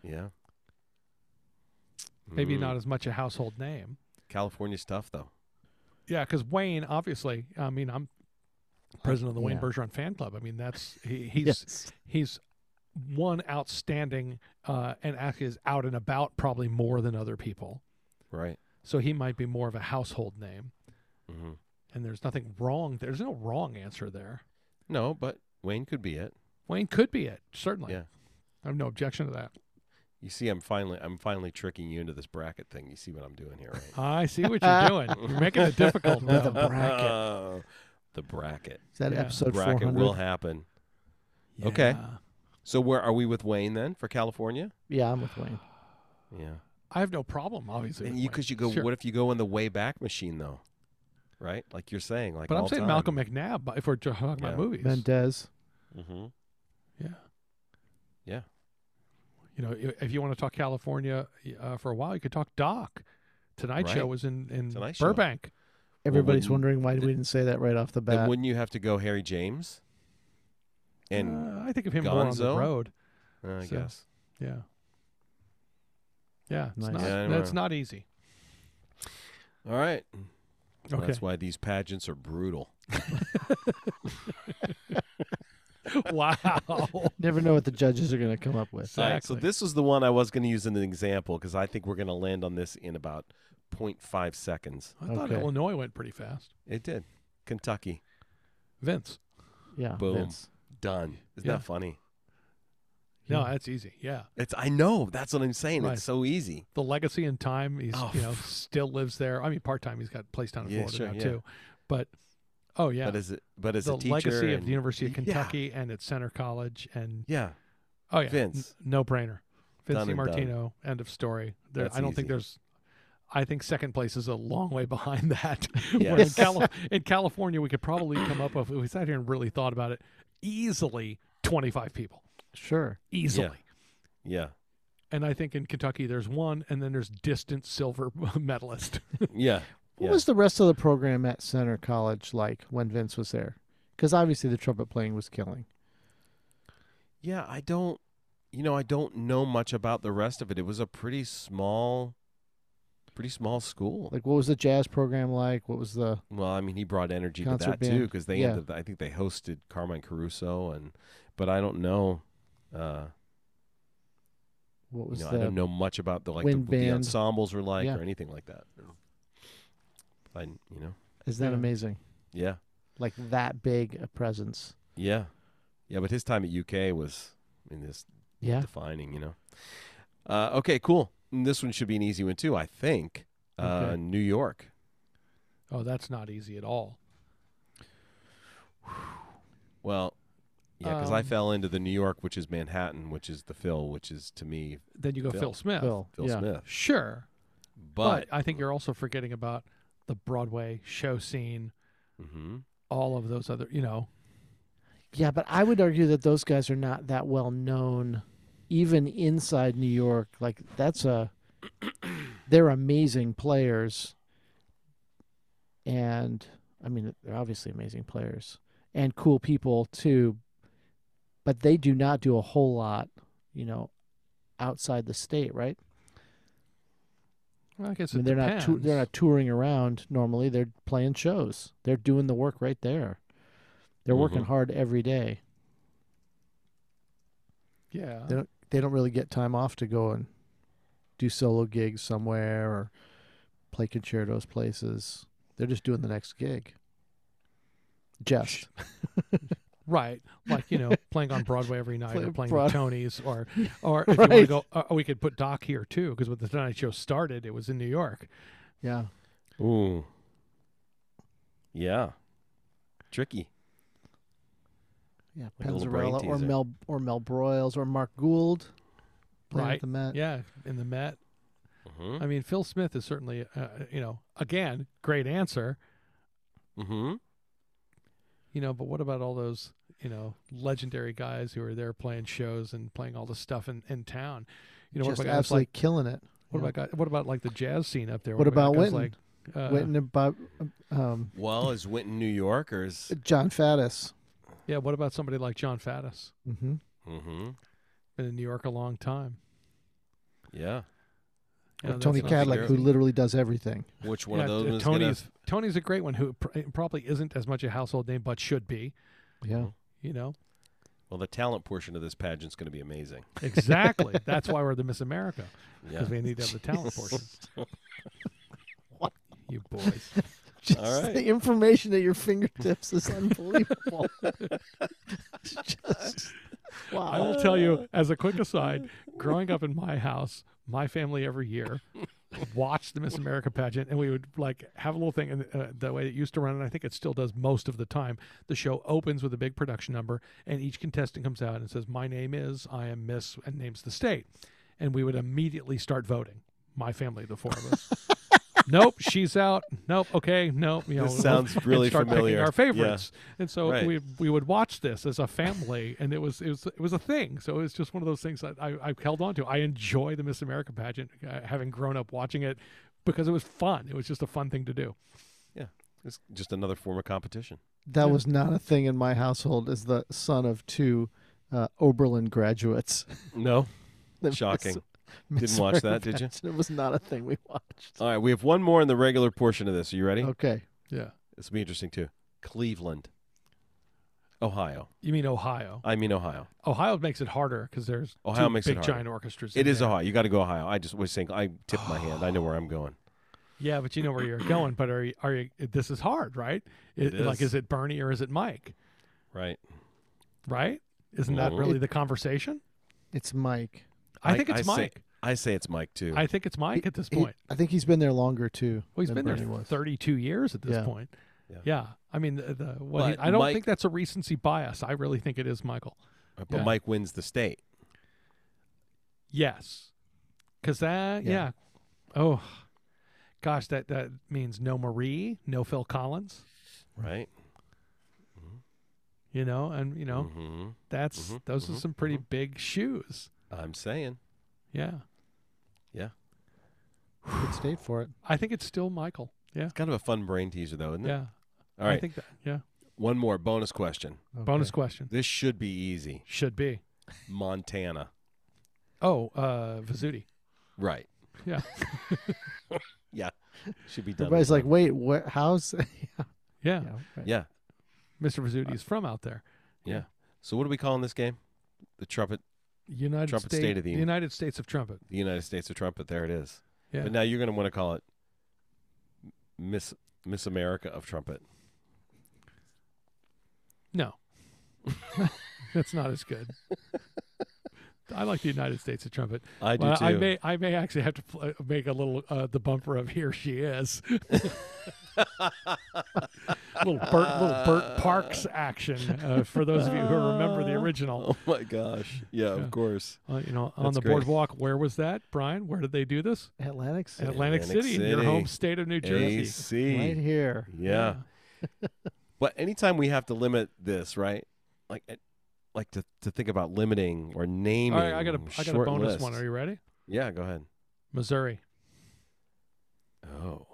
S1: Yeah.
S2: Maybe
S1: Mm.
S3: Mm-hmm.
S2: not as much a household name.
S1: California's tough though.
S2: Yeah, because Wayne, obviously, I mean, I'm president of the Wayne
S3: Yeah.
S2: Bergeron fan club. I mean, that's
S3: [LAUGHS]
S2: he, he's
S3: Yes.
S2: he's one outstanding uh, and actually is out and about probably more than other people.
S1: Right.
S2: So he might be more of a household name.
S1: hmm
S2: And there's nothing wrong. There's no wrong answer there.
S1: No, but Wayne could be it.
S2: Wayne could be it, certainly.
S1: Yeah.
S2: I have no objection to that.
S1: You see, I'm finally I'm finally tricking you into this bracket thing. You see what I'm doing here, right?
S2: I see what you're doing. [LAUGHS] You're making it difficult.
S3: [LAUGHS] With
S2: now.
S3: a bra- bracket.
S1: [LAUGHS] Oh, the bracket.
S3: Is that
S2: Yeah.
S3: episode
S1: bracket
S3: 400?
S1: will happen. Okay.
S2: Yeah.
S1: So where are we with Wayne then for California?
S3: Yeah, I'm with Wayne.
S1: Yeah.
S2: I have no problem, obviously.
S1: And
S2: with
S1: you
S2: Wayne.
S1: because you go.
S2: Sure.
S1: What if you go in the way back machine though? Right, like you're saying, like.
S2: But I'm
S1: all
S2: saying
S1: time.
S2: Malcolm McNabb. but If we're talking about
S1: Yeah.
S2: movies,
S3: Mendez.
S1: Mm-hmm.
S2: yeah,
S1: Yeah.
S2: You know, i- if you want to talk California uh, for a while, you could talk Doc. Tonight Show
S1: Right.
S2: was in in
S1: Tonight Show.
S2: Burbank.
S3: Everybody's
S1: wouldn't-
S3: wondering why we didn't say that right off the
S1: Then
S3: bat.
S1: wouldn't you have to go Harry James? And
S2: Uh, I think of him more on the
S1: Gonzo?
S2: road.
S1: uh, I
S2: so-
S1: guess.
S2: Yeah. Yeah, it's
S3: Nice.
S2: not,
S1: Yeah, I
S2: that's
S1: know. [LAUGHS]
S2: not easy. [LAUGHS]
S1: All right. Well,
S2: Okay.
S1: That's why these pageants are brutal.
S2: wow.
S3: Never know what the judges are going to come up with.
S1: All right, so
S2: Exactly.
S1: this was the one I was going to use as an example because I think we're going to land on this in about 0.5 seconds.
S2: I thought
S3: Okay.
S2: Illinois went pretty fast.
S1: It did. Kentucky.
S2: Vince.
S3: Yeah.
S1: Boom.
S3: Vince.
S1: Done. Isn't
S2: Yeah.
S1: that funny?
S2: No,
S3: Yeah.
S2: that's easy. Yeah.
S1: It's I know. That's what I'm saying.
S2: Right.
S1: It's so easy.
S2: The legacy in time, he's
S1: Oh,
S2: you know,
S1: f-
S2: still lives there. I mean part time he's got place down in
S1: Yeah,
S2: Florida
S1: sure,
S2: now
S1: yeah.
S2: too. But oh yeah.
S1: But as a, but as
S2: the
S1: a teacher
S2: legacy of
S1: and-
S2: the University of
S1: Yeah.
S2: Kentucky and at Center College and
S1: Yeah.
S2: oh yeah,
S1: Vince.
S2: no brainer. Vince
S1: Done and done.
S2: Martino, end of story. There,
S1: That's
S2: I don't
S1: easy.
S2: think there's. I think second place is a long way behind [LAUGHS] that. Where in,
S1: Yes.
S2: Cali- in California, we could probably come up with if we sat here and really thought about it, easily twenty five people,
S3: Sure.
S2: easily.
S1: Yeah.
S2: And I think in Kentucky, there's one, and then there's distant silver [LAUGHS] medalist.
S1: Yeah. [LAUGHS]
S3: What
S1: Yeah.
S3: was the rest of the program at Center College like when Vince was there? Because obviously the trumpet playing was killing.
S1: Yeah, I don't you know, I don't know much about the rest of it. It was a pretty small pretty small school.
S3: Like, what was the jazz program like? What was the
S1: Well, I mean, he brought energy to
S3: Concert
S1: that too, 'cause too
S3: band.
S1: because they
S3: Yeah.
S1: ended. I think they hosted Carmine Caruso, and but I don't know. Uh,
S3: what
S1: you
S3: was
S1: know, I
S3: the
S1: don't know much about the like the,
S3: wind
S1: what the
S3: band?
S1: ensembles were like
S3: Yeah.
S1: or anything like that. I, you know,
S3: Is that
S2: Yeah.
S3: amazing?
S1: Yeah.
S3: Like that big a presence.
S1: Yeah. Yeah, but his time at UK was I mean this
S3: Yeah.
S1: defining, you know. Uh, okay, cool. And this one should be an easy one too, I think. Uh,
S3: Okay.
S1: New York.
S2: Oh, that's not easy at all.
S1: Well, yeah, because I
S2: Um,
S1: fell into the New York, which is Manhattan, which is the Phil, which is to me
S2: Then you go
S1: Phil.
S2: Phil, Smith.
S3: Phil.
S1: Phil
S3: yeah.
S1: Smith.
S2: Sure.
S1: But,
S2: I think you're also forgetting about the Broadway show scene,
S1: Mhm.
S2: all of those other, you know.
S3: Yeah, but I would argue that those guys are not that well known, even inside New York. Like that's a, [COUGHS] they're amazing players, and I mean they're obviously amazing players and cool people too, but they do not do a whole lot, you know, outside the state, right?
S2: Well, I guess
S3: I
S2: it
S3: mean, they're
S2: depends.
S3: not tou- they're not touring around normally. They're playing shows. They're doing the work right there. They're working
S2: Mm-hmm.
S1: Mhm.
S3: hard every day.
S2: yeah.
S3: They don't, they don't really get time off to go and do solo gigs somewhere or play concertos places. They're just doing the next gig. Just
S2: Right. Like,
S3: [LAUGHS]
S2: you know, playing on Broadway every night or
S3: Play
S2: playing
S3: Broad-
S2: the Tonys
S3: [LAUGHS]
S2: or, or if
S3: Right.
S2: you want to go, uh, we could put Doc here too, because when the Tonight Show started, it was in New York.
S3: yeah.
S1: ooh, yeah, tricky.
S3: Yeah,
S1: Like a little brain
S3: Panzarella or
S1: teaser.
S3: Mel or Mel Broyles or Mark Gould, playing
S2: Right.
S3: At the Met.
S2: Yeah. In the Met.
S1: Mm-hmm.
S2: I mean, Phil Smith is certainly, uh, you know, again, great answer,
S1: mm-hmm.
S2: you know, but what about all those, you know, legendary guys who are there playing shows and playing all the stuff in, in town? You know,
S3: just
S2: what about guys
S3: absolutely
S2: like,
S3: killing it.
S2: what
S3: yeah.
S2: about guy- what about like the jazz scene up there?
S3: What about
S2: guys
S3: Witten?
S2: Like, uh,
S3: Witten and Bob, um,
S1: Well, is Winton New York or is
S3: John Faddis.
S2: Yeah. What about somebody like John Faddis?
S3: Mm-hmm.
S1: mm-hmm.
S2: Been in New York a long time.
S1: yeah?
S2: You know,
S3: Tony
S2: that's not-
S3: Cadillac, who
S1: true.
S3: literally does everything.
S1: Which one
S2: Yeah,
S1: of those
S2: t-
S1: is gonna-
S2: Tony's Tony's a great one who pr- probably isn't as much a household name, but should be.
S3: Yeah.
S2: You know
S1: Well, the talent portion of this pageant's going to be amazing.
S3: [LAUGHS]
S2: exactly. That's why we're the Miss America
S1: Yeah.
S2: because we need to have the talent portion.
S1: [LAUGHS]
S2: You boys.
S3: [LAUGHS] Just
S1: All right.
S3: the information at your fingertips
S1: [LAUGHS]
S3: is unbelievable. [LAUGHS] It's just, wow.
S2: I will tell you as a quick aside. Growing up in my house, my family every year watched the Miss America pageant, and we would like have a little thing. And uh, the way it used to run, and I think it still does most of the time. The show opens with a big production number, and each contestant comes out and says, "My name is, I am Miss," and names the state. And we would immediately start voting. My family, the four of us. nope, she's out. Nope, okay, nope. You know,
S1: This sounds really
S2: and start
S1: familiar.
S2: Picking our
S1: Yeah.
S2: favorites, and so
S1: Right.
S2: we we would watch this as a family, and it was it was it was a thing. So it was just one of those things that I I held on to. I enjoy the Miss America pageant, uh, having grown up watching it, because it was fun. It was just a fun thing to do.
S1: It's just another form of competition.
S3: [LAUGHS] that was not a thing in my household as the son of two uh, Oberlin graduates. [LAUGHS]
S1: No,
S3: The
S1: shocking.
S3: Miss- Miss
S1: Didn't watch
S3: America
S1: that, did you?
S3: pageant. It was not a thing we watched.
S1: All right, we have one more in the regular portion of this. Are you ready?
S3: Okay.
S2: Yeah,
S1: This will be interesting too. Cleveland, Ohio.
S2: you mean Ohio?
S1: I mean Ohio.
S2: Ohio makes it harder because there's
S1: Ohio
S2: two
S1: makes it
S2: big
S1: harder.
S2: giant orchestras.
S1: It
S2: in
S1: is
S2: there.
S1: Ohio. You got to go Ohio. I just was saying. I tipped my hand. I know
S2: [SIGHS]
S1: where I'm going.
S2: Yeah, but you know where you're going. But are you, are you? This is hard, right?
S1: It
S2: Like,
S1: is.
S2: is it Bernie or is it Mike?
S1: Right.
S2: Right? Isn't that
S1: Mhm.
S2: really the conversation?
S3: It's Mike.
S2: I,
S1: I-
S2: think it's
S1: I say-
S2: Mike.
S1: I say it's Mike too.
S2: I think it's Mike at this
S3: He-
S2: point.
S3: I think he's been there longer too.
S2: Well, he's
S3: than
S2: been there
S3: Bernie was.
S2: 32 years at this
S3: Yeah.
S2: point.
S1: Yeah.
S2: Yeah. I mean, the, the what he-
S1: But
S2: I don't
S1: Mike-
S2: think that's a recency bias. I really think it is Michael.
S1: but
S2: yeah.
S1: Mike wins the state.
S2: Yes. Cuz that
S3: Yeah.
S2: yeah. Oh. Gosh, that that means no Marie, no Phil Collins,
S1: Right.
S2: you know, and you know,
S1: Mm-hmm.
S2: that's
S1: mhm,
S2: those
S1: mhm,
S2: are some pretty big shoes.
S1: I'm saying.
S2: Yeah.
S3: Good state for it.
S2: I think it's still Michael. Yeah.
S1: Kind of a fun brain teaser though, isn't it?
S2: Yeah.
S1: All right.
S2: I think that yeah.
S1: one more bonus question.
S2: Bonus
S3: Okay.
S2: question.
S1: This should be easy.
S2: Should be.
S1: Montana.
S2: Oh, uh Vizzuti.
S1: Right.
S2: Yeah.
S1: [LAUGHS] yeah. Should be done. with
S3: Everybody's like,
S1: that.
S3: wait, what? How's?
S2: [LAUGHS] Yeah.
S3: right.
S1: yeah.
S2: Mr. Vizzuti
S1: Uh,
S2: is from out there.
S1: So what are we calling this game? The trumpet,
S2: United
S1: Trumpet
S2: States
S1: State of the Union.
S2: United States of Trumpet.
S1: the United States of trumpet. There it is.
S2: Yeah.
S1: But now you're going to want to call it Miss Miss America of trumpet.
S2: No, [LAUGHS] that's not as good. I like the United States of trumpet.
S1: I do
S2: Well,
S1: too.
S2: I may, I may actually have to pl- make a little uh, the bumper of "Here She Is." [LAUGHS] little Burt, little Burt Parks action uh, for those of you who remember the original.
S1: [LAUGHS] Oh my gosh! Yeah,
S2: Yeah.
S1: of course.
S2: Uh, you know, on
S1: That's
S2: the
S1: great.
S2: boardwalk. Where was that, Brian? Where did they do this?
S3: Atlantic City,
S2: Atlantic,
S1: Atlantic
S2: City, in your
S1: City.
S2: home state of New Jersey.
S1: AC.
S3: right here.
S1: Yeah. but anytime we have to limit this, right? Like, it- like to, to think about limiting or naming.
S2: All right, I got a I got a
S1: short
S2: bonus
S1: lists.
S2: one. Are you ready?
S1: Yeah, go ahead.
S2: Missouri.
S1: Oh,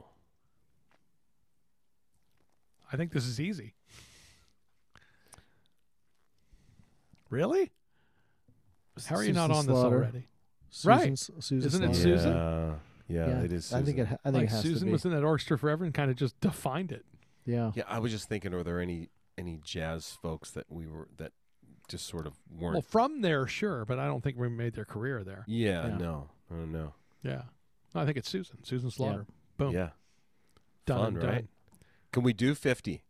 S2: I think this is easy. Really? How are you not
S3: Susan
S2: on this
S3: Slaughter.
S2: already? Right.
S3: Susan's, Susan
S2: Isn't it
S3: Slaughter.
S2: Susan?
S1: Yeah, yeah, it is. Susan.
S3: I think it. ha- I think
S2: like
S3: it has to
S2: Susan
S3: be.
S2: was in that orchestra forever and kind of just defined it.
S3: yeah.
S1: Yeah, I was just thinking, are there any any jazz folks that we were that just sort of
S3: Oh,
S1: weren't?
S2: Well, from there, sure, but I don't think we made their career there.
S1: yeah,
S2: yeah.
S1: no, I don't know.
S2: Yeah, no, I think it's Susan, Susan Slaughter.
S3: Oh.
S2: Boom,
S1: Yeah, fun,
S2: done, done.
S1: right? Can we do fifty?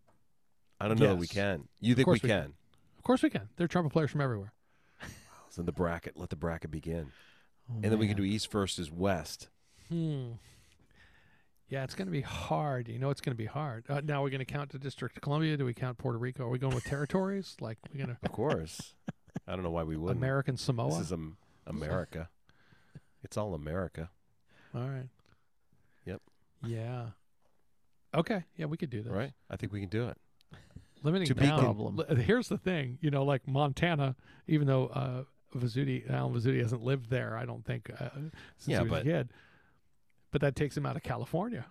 S1: I don't know. We
S2: Yes.
S1: can. You think we
S2: course
S1: can?
S2: we can. Of course we can. They're trumpet players from everywhere.
S1: So the bracket. Let the bracket begin,
S3: Oh,
S1: and then we can
S3: man.
S1: do East versus West.
S2: Hmm. Yeah, it's going to be hard. You know, it's going to be hard. Uh, now we're going to count the District of Columbia. Do we count Puerto Rico? Are we going with territories? like we're going to
S1: Of course. [LAUGHS] I don't know why we wouldn't.
S2: American Samoa?
S1: This is um, America. it's all America.
S2: All right.
S1: Yep.
S2: Yeah. Okay. Yeah, we could do this.
S1: Right? I think we can do it.
S2: limiting
S1: To be
S2: down.
S3: problem.
S2: li- Here's the thing, you know, like Montana, even though uh, Vizzuti, Alan Vizzuti hasn't lived there, I don't think uh, since
S1: Yeah,
S2: he was
S1: but-
S2: a kid. But that takes him out of California,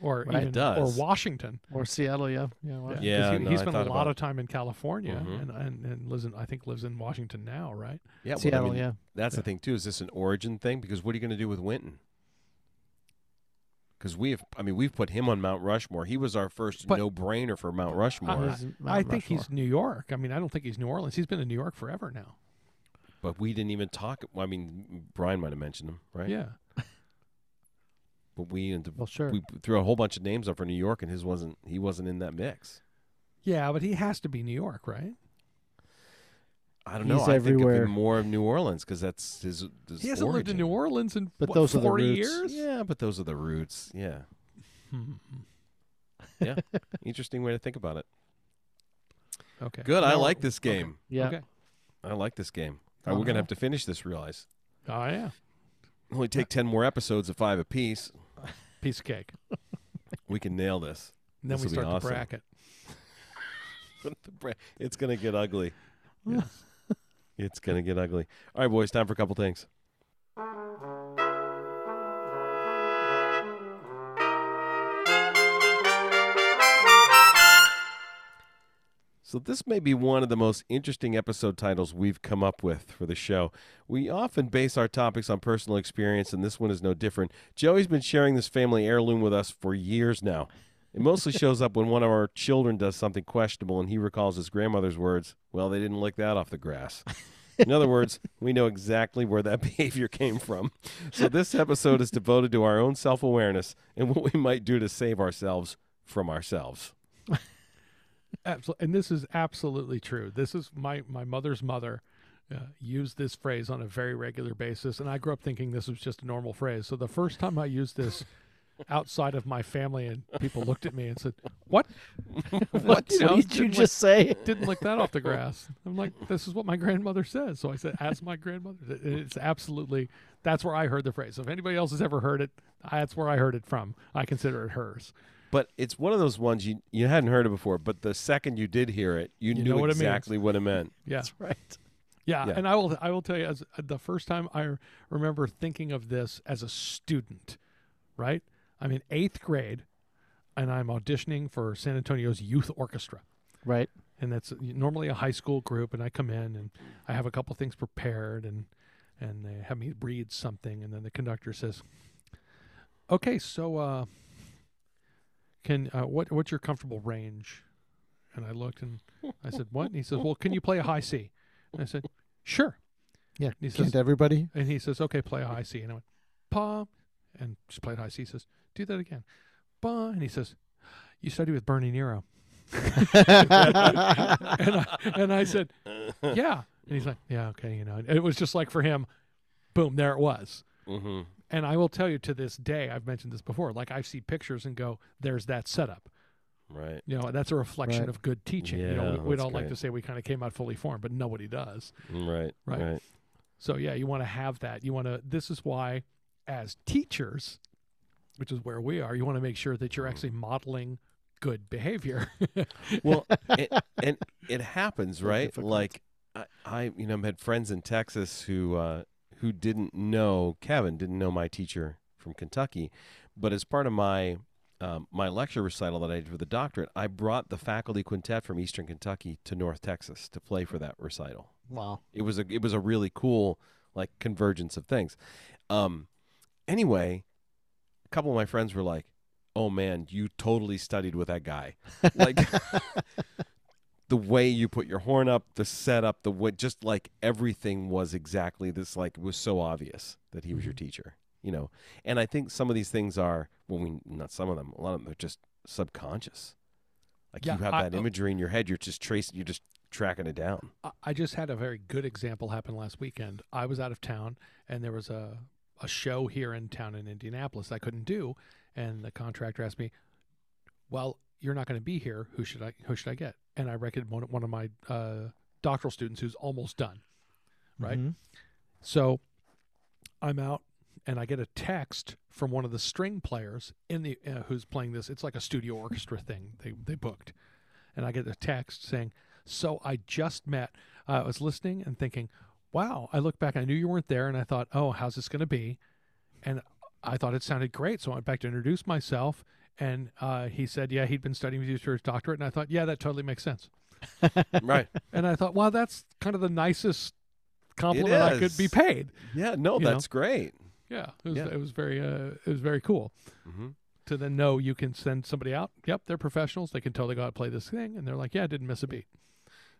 S2: or
S1: Right. It
S2: even,
S1: does.
S2: or Washington.
S3: or Seattle. Yeah, yeah. well,
S2: 'Cause
S1: Yeah,
S2: he,
S1: no, I
S2: he spent a
S1: thought
S2: lot
S1: about-
S2: of time in California,
S1: Mhm.
S2: and, and and lives in I think lives in Washington now, right?
S1: Yeah. well, I
S3: Seattle.
S1: mean,
S3: yeah.
S1: That's the
S2: Yeah.
S1: thing, too. Is this an origin thing? Because what are you going to do with Winton? Because we have, I mean, we've put him on Mount Rushmore. He was our first
S2: But- Uh-huh.
S1: no brainer for Mount Rushmore,
S3: There's Mount
S2: I think
S3: Rushmore.
S2: he's New York. I mean, I don't think he's New Orleans. He's been in New York forever now.
S1: but we didn't even talk. I mean, Brian might have mentioned him, right?
S2: Yeah.
S1: But we, and
S3: Well, sure.
S1: we threw a whole bunch of names up for New York, and his wasn't, he wasn't in that mix.
S2: Yeah, but he has to be New York, right?
S1: I don't know.
S3: He's
S1: I think
S3: everywhere.
S1: of him more of New Orleans because that's his, his
S2: He hasn't lived
S1: origin.
S2: in New Orleans in
S3: But
S2: what,
S3: those are the
S2: 40
S3: roots.
S2: years.
S1: Yeah, but those are the roots. Yeah.
S2: [LAUGHS] Hmm.
S1: Yeah. Interesting way to think about it.
S2: Okay.
S1: Good. I
S2: Now
S1: like
S2: we're-
S1: this
S2: okay. Uh-huh.
S1: game.
S3: yeah.
S2: Okay.
S1: I like this game. Uh, we're going to have to finish this, realize.
S2: Oh yeah.
S1: Only take 10 more episodes of five apiece.
S2: Piece of cake.
S1: We can nail this.
S2: And then
S1: This'll
S2: we
S1: be
S2: start
S1: awesome.
S2: the bracket.
S1: [LAUGHS] it's going to get ugly.
S2: Yes.
S1: It's going to get ugly. All right, boys, time for a couple things. So, this may be one of the most interesting episode titles we've come up with for the show. We often base our topics on personal experience, and this one is no different. Joey's been sharing this family heirloom with us for years now. It mostly shows up when one of our children does something questionable and he recalls his grandmother's words, Well, they didn't lick that off the grass. In other words, we know exactly where that [LAUGHS] behavior came from. So this episode is devoted to our own self awareness and what we might do to save ourselves from ourselves.
S2: Absol- and this is absolutely true. This is my my mother's mother uh, used this phrase on a very regular basis, and I grew up thinking this was just a normal phrase. So the first time I used this outside of my family, and people looked at me and said, "What?
S3: [LAUGHS]
S2: [LAUGHS]
S3: What
S2: You know,
S3: did you
S2: didn't
S3: just say?
S2: didn't lick that off the grass. I'm like, this is what my grandmother says. So I said, as my grandmother. It- It's absolutely, that's where I heard the phrase. So if anybody else has ever heard it, that's where I heard it from. I consider it hers.
S1: But it's one of those ones you you hadn't heard it before, but the second you did hear it, you,
S2: You
S1: knew
S2: know what it means.
S1: exactly what it meant. [LAUGHS]
S2: Yeah.
S3: That's right.
S2: yeah.
S1: Yeah.
S2: And I will, I will tell you, as uh, the first time I remember thinking of this as a student, right? I'm in eighth grade and I'm auditioning for San Antonio's youth orchestra.
S3: Right.
S2: and that's normally a high school group and i come in and i have a couple things prepared and and they have me read something and then the conductor says okay so uh can uh, what what's your comfortable range and i looked and i said what and he says well can you play a high c and i said sure
S3: Yeah.
S2: he says-
S3: Can't
S2: [LAUGHS]
S3: everybody?
S2: and he says, "Okay, play a high C." And I went, "Pa," and just played high C. He says, "Do that again, pa." And he says, you study with Bernie Nero. [LAUGHS]
S3: [LAUGHS] yeah.
S2: and I, and I said, [LAUGHS]
S1: Mm-hmm.
S2: "Yeah." And he's like, "Yeah, okay, you know." And it was just like for him, boom, there it was.
S1: Mm-hmm.
S2: And I will tell you to this day, I've mentioned this before. Like I see pictures and go, "There's that setup."
S1: Right.
S2: You know, that's a reflection
S3: Right.
S2: of good teaching. you know,
S1: Yeah,
S2: we, we'd
S1: that's
S2: all like
S1: great.
S2: to say we kind of came out fully formed, but nobody does.
S1: mm, Right.
S2: Right.
S1: Right.
S2: So yeah, you want to have that. You want to. This is why, as teachers, which is where we are, you want to make sure
S1: Mm.
S2: that you're actually modeling good behavior.
S1: Well, it, and it happens,
S3: So
S1: right?
S3: difficult.
S1: Like I, I, you know, had friends in Texas who uh, who didn't know Kevin, didn't know my teacher from Kentucky, but as part of my um, my lecture recital that I did for the doctorate, I brought the faculty quintet from Eastern Kentucky to North Texas to play for that recital.
S3: Wow.
S1: It was a it was a really cool like convergence of things. Um, anyway, a couple of my friends were like, "Oh man, you totally studied with that guy." Like [LAUGHS] the way you put your horn up, the setup, the what, just like everything was exactly this. Like it was so obvious that he was your
S2: Mm-hmm.
S1: teacher, you know. And I think some of these things are well, we not some of them, a lot of them are just subconscious. Like
S2: Yeah,
S1: you have
S2: I- uh
S1: that imagery in your head, you're just tracing, you're just tracking it down.
S2: I- I just had a very good example happen last weekend. I was out of town and there was a, a show here in town in Indianapolis I couldn't do. And the contractor asked me, Well, you're not going to be here. Who should I who should I get? And I reckoned one, one of my uh, doctoral students who's almost done. Right.
S3: Mhm.
S2: So I'm out and I get a text from one of the string players in the uh, who's playing this. It's like a studio orchestra thing they they booked. And I get a text saying, "So I just met. uh, I was listening and thinking, wow, I look back, I knew you weren't there and I thought, "Oh, how's this going to be?" And I thought it sounded great, so I went back to introduce myself and uh, he said, "Yeah, he'd been studying with you for his doctorate." And I thought, "Yeah, that totally makes sense."
S1: right.
S2: And I thought, "Wow, that's kind of the nicest compliment I could be
S1: is.
S2: paid."
S1: Yeah, no,
S2: You know?
S1: that's great.
S2: Yeah, it was,
S1: Yeah.
S2: it was very uh, it was very cool
S1: Mm-hmm.
S2: to then know you can send somebody out. Yep, they're professionals. They can totally go out and play this thing, and they're like, yeah, I didn't miss a beat.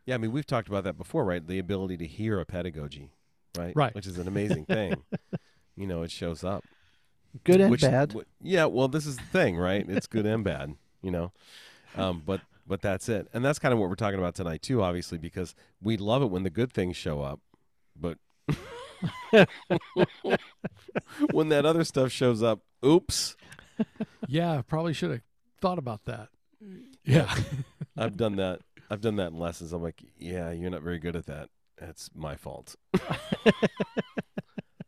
S1: Yeah, I mean, we've talked about that before, right? The ability to hear a pedagogy, right?
S2: Right.
S1: Which is an
S2: [LAUGHS]
S1: amazing thing. you know, it shows up.
S3: Good and
S1: Which-
S3: bad.
S1: w- yeah, well, this is the thing, right? It's good and bad, you know? Um, but but that's it. And that's kind of what we're talking about tonight, too, obviously, because we love it when the good things show up,
S2: [LAUGHS]
S1: but [LAUGHS] when that other stuff shows up, oops,
S2: [LAUGHS] yeah, probably should have thought about that. Yeah, [LAUGHS]
S1: I've done that. I've done that in lessons. I'm like, yeah, you're not very good at that. That's my fault.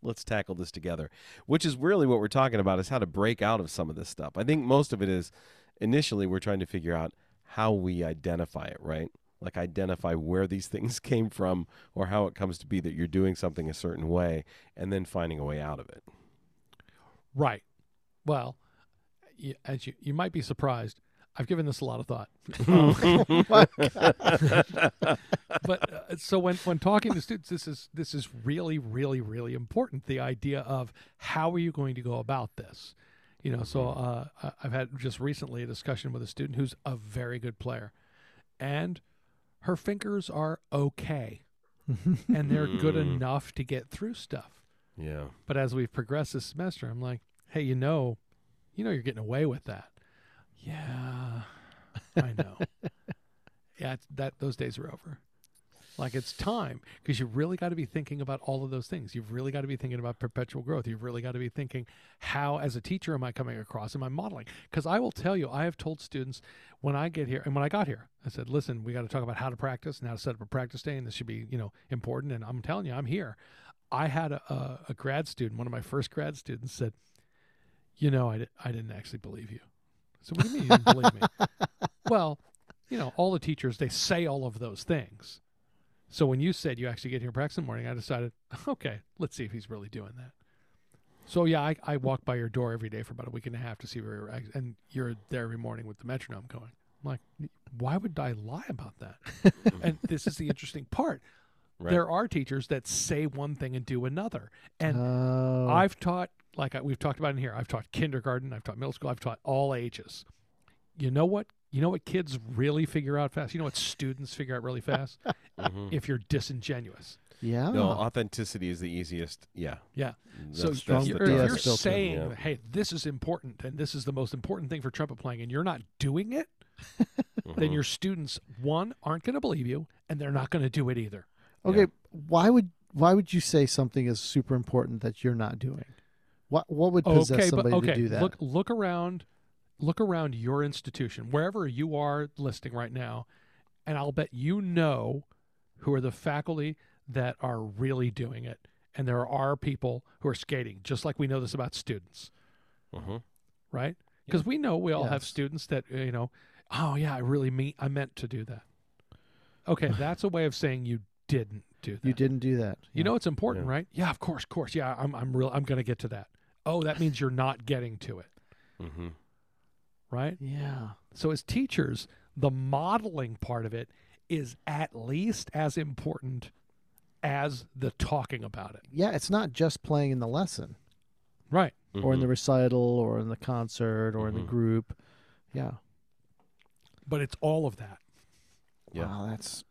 S1: Let's tackle this together, which is really what we're talking about is how to break out of some of this stuff. I think most of it is initially we're trying to figure out how we identify it, right? Like identify where these [LAUGHS] things came from or how it comes to be that you're doing something a certain way and then finding a way out of it.
S2: right. Well, you, as you you might be surprised, I've given this a lot of [LAUGHS] thought. Um, but uh, so when when talking to students, this is this is really really really important. The idea of how are you going to go about this, you know. So uh, I- I've had just recently a discussion with a student who's a very good player, and her fingers are okay, [LAUGHS] and they're good
S1: Mm.
S2: enough to get through stuff.
S1: [LAUGHS] Yeah.
S2: But as we've progressed this semester, I'm like, hey, you know, you know, you're getting away with that. Yeah, I know. [LAUGHS] yeah, it's, that those days are over. Like it's time because you really got to be thinking about all of those things. You've really got to be thinking about perpetual growth. You've really got to be thinking, how as a teacher am I coming across? Am I modeling? Because I will tell you, I have told students when I get here and when I got here, I said, listen, we got to talk about how to practice and how to set up a practice day, and this should be you know important. And I'm telling you, I'm here. I had a, a, a grad student, one of my first grad students said, you know, I, di- I didn't actually believe you. So what do you mean you didn't believe me? Well, you know, all the teachers, they say all of those things. So when you said you actually get here and practice in the morning, I decided, [LAUGHS] okay, let's see if he's really doing that. So yeah, I, I walk by your door every day for about a week and a half to see where you're at, and you're there every morning with the metronome going. I'm like, why would I lie about that? and this is the interesting part.
S1: Right.
S2: There are teachers that say one thing and do another. And
S3: oh,
S2: I've taught, like I, we've talked about in here, I've taught kindergarten, I've taught middle school, I've taught all ages. You know what? You know what
S1: [LAUGHS]
S2: kids really figure out fast? You know what students figure out really fast?
S1: Mhm.
S2: if you're disingenuous.
S3: Yeah.
S1: No, authenticity is the easiest. Yeah. Mm,
S2: Yeah.
S1: That's,
S2: So
S1: that's
S2: you're,
S1: the toughest
S2: you're, if
S3: BS
S2: you're
S1: thing,
S3: filter.
S2: saying,
S1: yeah.
S2: "Hey, this is important, and this is the most important thing for trumpet playing," and you're not doing it, then
S1: Mhm.
S2: your students one aren't going to believe you, and they're not going to do it either.
S3: okay. Why would why would you say something is super important that you're not doing? What what would possess
S2: okay, but
S3: somebody
S2: okay,
S3: to do that?
S2: look look around, look around your institution, wherever you are listing right now, and I'll bet you know who are the faculty that are really doing it, and there are people who are skating, just like we know this about students.
S1: Mhm.
S2: right? Because we know we all have
S3: Yes.
S2: students that uh, you know, oh yeah, I really mean I meant to do that.
S3: [SIGHS]
S2: Okay, that's a way of saying you didn't do that.
S3: you didn't do that.
S2: You know it's important,
S1: Yeah.
S2: right? Yeah, of course, of course. Yeah, I'm I'm real I'm gonna get to that. Oh, that means you're not getting to it,
S1: Mhm.
S2: right?
S3: Yeah.
S2: So as teachers, the modeling part of it is at least as important as the talking about it.
S3: Yeah. It's not just playing in the lesson
S2: Right.
S3: or in
S1: Mhm.
S3: the recital or in the concert or in
S1: Mhm.
S3: the group. Yeah.
S2: But it's all of that.
S1: Yeah.
S3: Wow. That's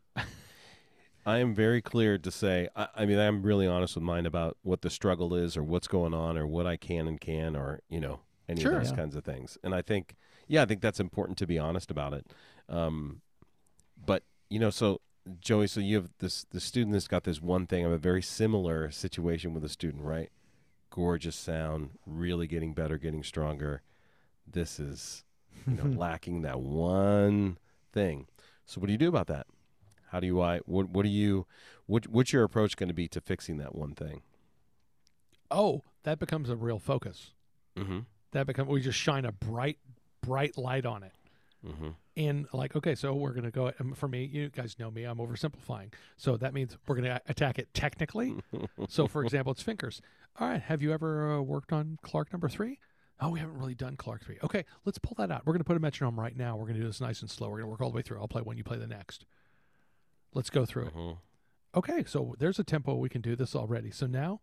S1: I am very clear to say. I, I mean, I'm really honest with mine about what the struggle is, or what's going on, or what I can and can, or you know, any
S2: Sure.
S1: of those
S3: Yeah.
S1: kinds of things. And I think, yeah, I think that's important to be honest about it. Um, but you know, so Joey, so you have this the student that's got this one thing. I have a very similar situation with a student, right? Gorgeous sound, really getting better, getting stronger. This is you know lacking that one thing. So what do you do about that? How do you I what what do you what what's your approach going to be to fixing that one thing?
S2: Oh, that becomes a real focus.
S1: Mm-hmm.
S2: That becomes we just shine a bright, bright light on it.
S1: [LAUGHS] Mm-hmm.
S2: in like okay so we're going to go um, for me you guys know me i'm oversimplifying so that means we're going to attack it technically
S1: Mm-hmm.
S2: so for example it's finkers all right have you ever uh, worked on clark number three Oh, we haven't really done Clark three. Okay, let's pull that out. We're going to put a metronome right now. We're going to do this nice and slow. We're going to work all the way through. I'll play one, you play the next. Let's go through it. Okay, so there's a tempo we can do this already. So now,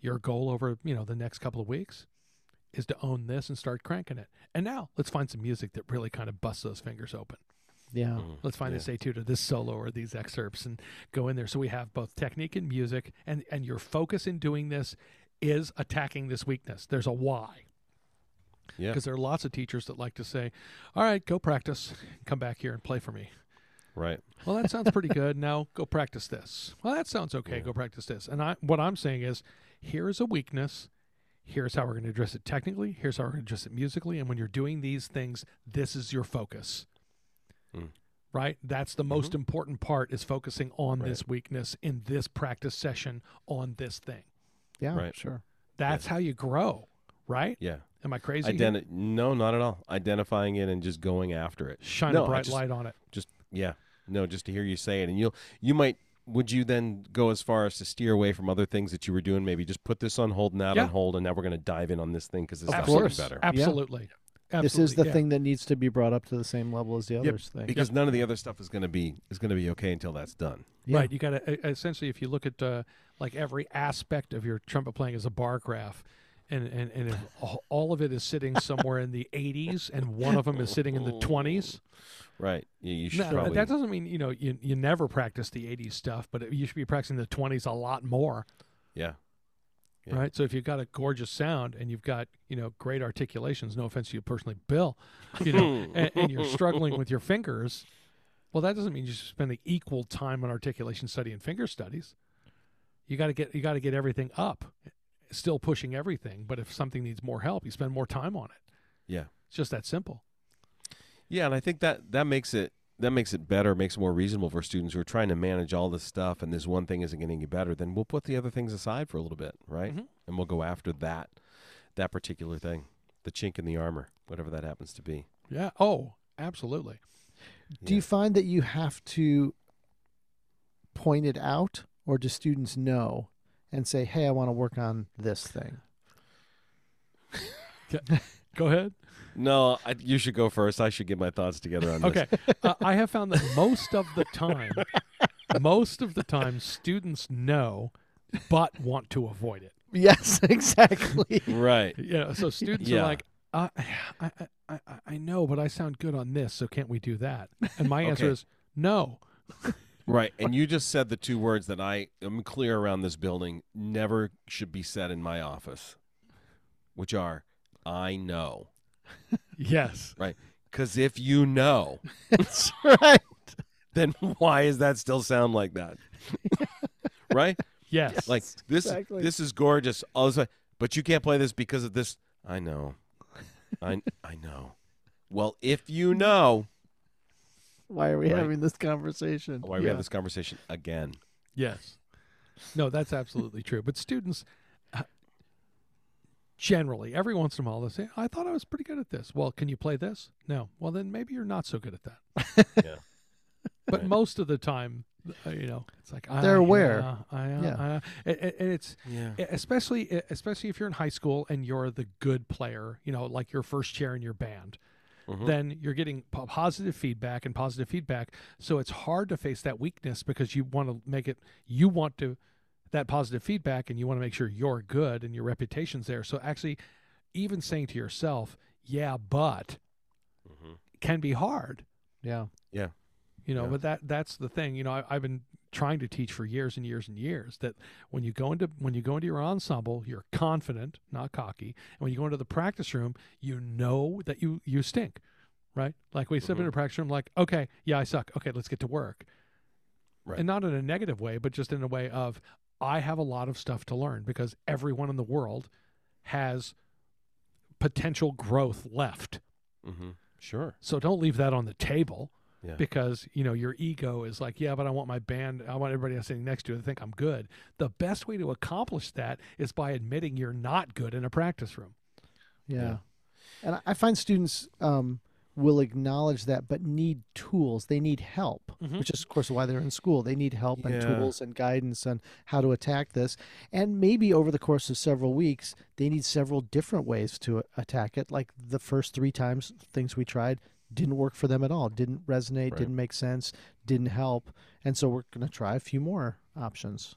S2: your goal over you know the next couple of weeks is to own this and start cranking it. And now let's find some music that really kind of busts those fingers open.
S3: yeah.
S1: Mm, Mm-hmm.
S2: Let's find this etude or this solo or these excerpts and go in there. So we have both technique and music, and and your focus in doing this is attacking this weakness. There's a why.
S1: Yeah.
S2: Because there are lots of teachers that like to say, "All right, go practice, come back here and play for me."
S1: Right.
S2: Well, that sounds pretty good. Now go practice this. Well, that sounds okay.
S1: Yeah.
S2: Go practice this. And I, what I'm saying is, here's a weakness. Here's how we're going to address it technically. Here's how we're going to address it musically. And when you're doing these things, this is your focus.
S1: Mm.
S2: Right? That's the most important part is focusing on
S1: Mm-hmm. Right.
S2: this weakness in this practice session on this thing.
S3: Yeah.
S1: Right.
S3: Sure.
S2: That's how you grow, right?
S1: Yeah.
S2: Am I crazy? here?
S1: Identi- no, not at all. Identifying it and just going after it.
S2: Shine
S1: No,
S2: a
S1: I
S2: bright
S1: just-
S2: light on it.
S1: Just yeah. No, just to hear you say it and you'll you might would you then go as far as to steer away from other things that you were doing? Maybe just put this on hold and that
S2: Yeah.
S1: on hold, and now we're going to dive in on this thing because it's
S2: Of
S1: not
S2: course.
S1: better.
S2: Absolutely.
S3: This is
S2: Absolutely,
S3: the
S2: yeah.
S3: thing that needs to be brought up to the same level as the others thing.
S1: Because none of the other stuff is going to be is going to be okay until that's done.
S3: Yeah.
S2: Right. You got to essentially, if you look at uh, like every aspect of your trumpet playing as a bar graph, and and and if all- all of it is
S1: [LAUGHS]
S2: sitting somewhere in the 80s, and one of them is sitting in the 20s.
S1: Right. You, you should
S2: No,
S1: probably [COUGHS]
S2: that doesn't [COUGHS] mean you know you you never practice the 80s stuff, but you should be practicing the 20s a lot more,
S1: yeah. Yeah.
S2: right? So if you've got a gorgeous sound and you've got you know great articulations, no offense to you personally, Bill, you
S1: [LAUGHS]
S2: know, and, and you're struggling with your fingers. Well, that doesn't mean you should spend equal time on articulation study and finger studies. You got to get you got to get everything up, still pushing everything. But if something needs more help, you spend more time on it.
S1: Yeah.
S2: It's just that simple.
S1: Yeah, and I think that that makes it that makes it better, makes it more reasonable for students who are trying to manage all this stuff and this one thing isn't getting any better, then we'll put the other things aside for a little bit, right?
S2: Mhm.
S1: And we'll go after that that particular thing, the chink in the armor, whatever that happens to be.
S2: Yeah. Oh, absolutely.
S3: Do
S1: Yeah.
S3: you find that you have to point it out, or do students know and say, "Hey, I want to work on this thing"?
S2: Go ahead.
S1: No, I, you should go first. I should get my thoughts together
S2: [LAUGHS]
S1: on
S2: Okay. uh, I have found that most of the time, most of the time, students know, but want to avoid it.
S3: Yes,
S1: [LAUGHS]
S3: [LAUGHS] exactly.
S1: this. Right.
S2: Yeah. So students
S1: Yeah.
S2: are like, uh, [SIGHS] I, I, I, I know, but I sound good on this, so can't we do that? And my answer
S1: Okay.
S2: is no.
S1: Right. And you just said the two words that I am clear around this building never should be said in my office, which are I know.
S2: Yes.
S1: Because if you know,
S3: That's right.
S1: then [LAUGHS] why is that still sound like that? right?
S2: Yes.
S1: [LAUGHS] Like this
S3: exactly.
S1: this is gorgeous. All this, but you can't play this because of this. I know. I I know. Well, if you know
S3: Why are we
S1: Right.
S3: having this conversation?
S1: why we
S2: Yeah.
S1: have oh, this conversation again.
S2: Yes. No, that's absolutely true. But students uh, generally, every once in a while, they say, I thought I was pretty good at this. Well, can you play this? No. Well, then maybe you're not so good at that.
S1: Yeah.
S2: But
S1: Right.
S2: most of the time, uh, you know, it's like
S3: They're
S2: "Ah,
S3: aware."
S2: yeah, I, uh,
S3: Yeah.
S2: I, uh," and, and- and it's
S1: Yeah.
S2: E, especially especially if you're in high school and you're the good player, you know, like your first chair in your band,
S1: Mhm.
S2: then you're getting po- positive feedback and positive feedback. So it's hard to face that weakness because you want to make it, you want to that positive feedback and you want to make sure you're good and your reputation's there. So actually, even saying to yourself, "Yeah, but,"
S1: Mhm.
S2: can be hard
S3: Yeah.
S2: you know
S1: Yeah.
S2: but that that's the thing you know I, i've been trying to teach for years and years and years that when you go into when you go into your ensemble you're confident not cocky and when you go into the practice room you know that you you stink right like we step
S1: Mhm.
S2: into the practice room like okay yeah i suck okay let's get to work
S1: Right.
S2: and not in a negative way but just in a way of i have a lot of stuff to learn because everyone in the world has potential growth left
S1: Mhm. Sure.
S2: so don't leave that on the table
S1: Yeah.
S2: because, you know, your ego is like, yeah, but I want my band, I want everybody else sitting next to it to think I'm good. The best way to accomplish that is by admitting you're not good in a practice room.
S3: Yeah.
S1: Yeah.
S3: And I- I find students um, will acknowledge that, but need tools. They need help,
S2: Mhm.
S3: which is, of course, why they're in school. They need help and
S1: Yeah.
S3: tools and guidance on how to attack this. And maybe over the course of several weeks, they need several different ways to a- attack it. Like the first three times things we tried didn't work for them at all, didn't resonate,
S1: Right.
S3: didn't make sense, didn't help. And so we're going to try a few more options.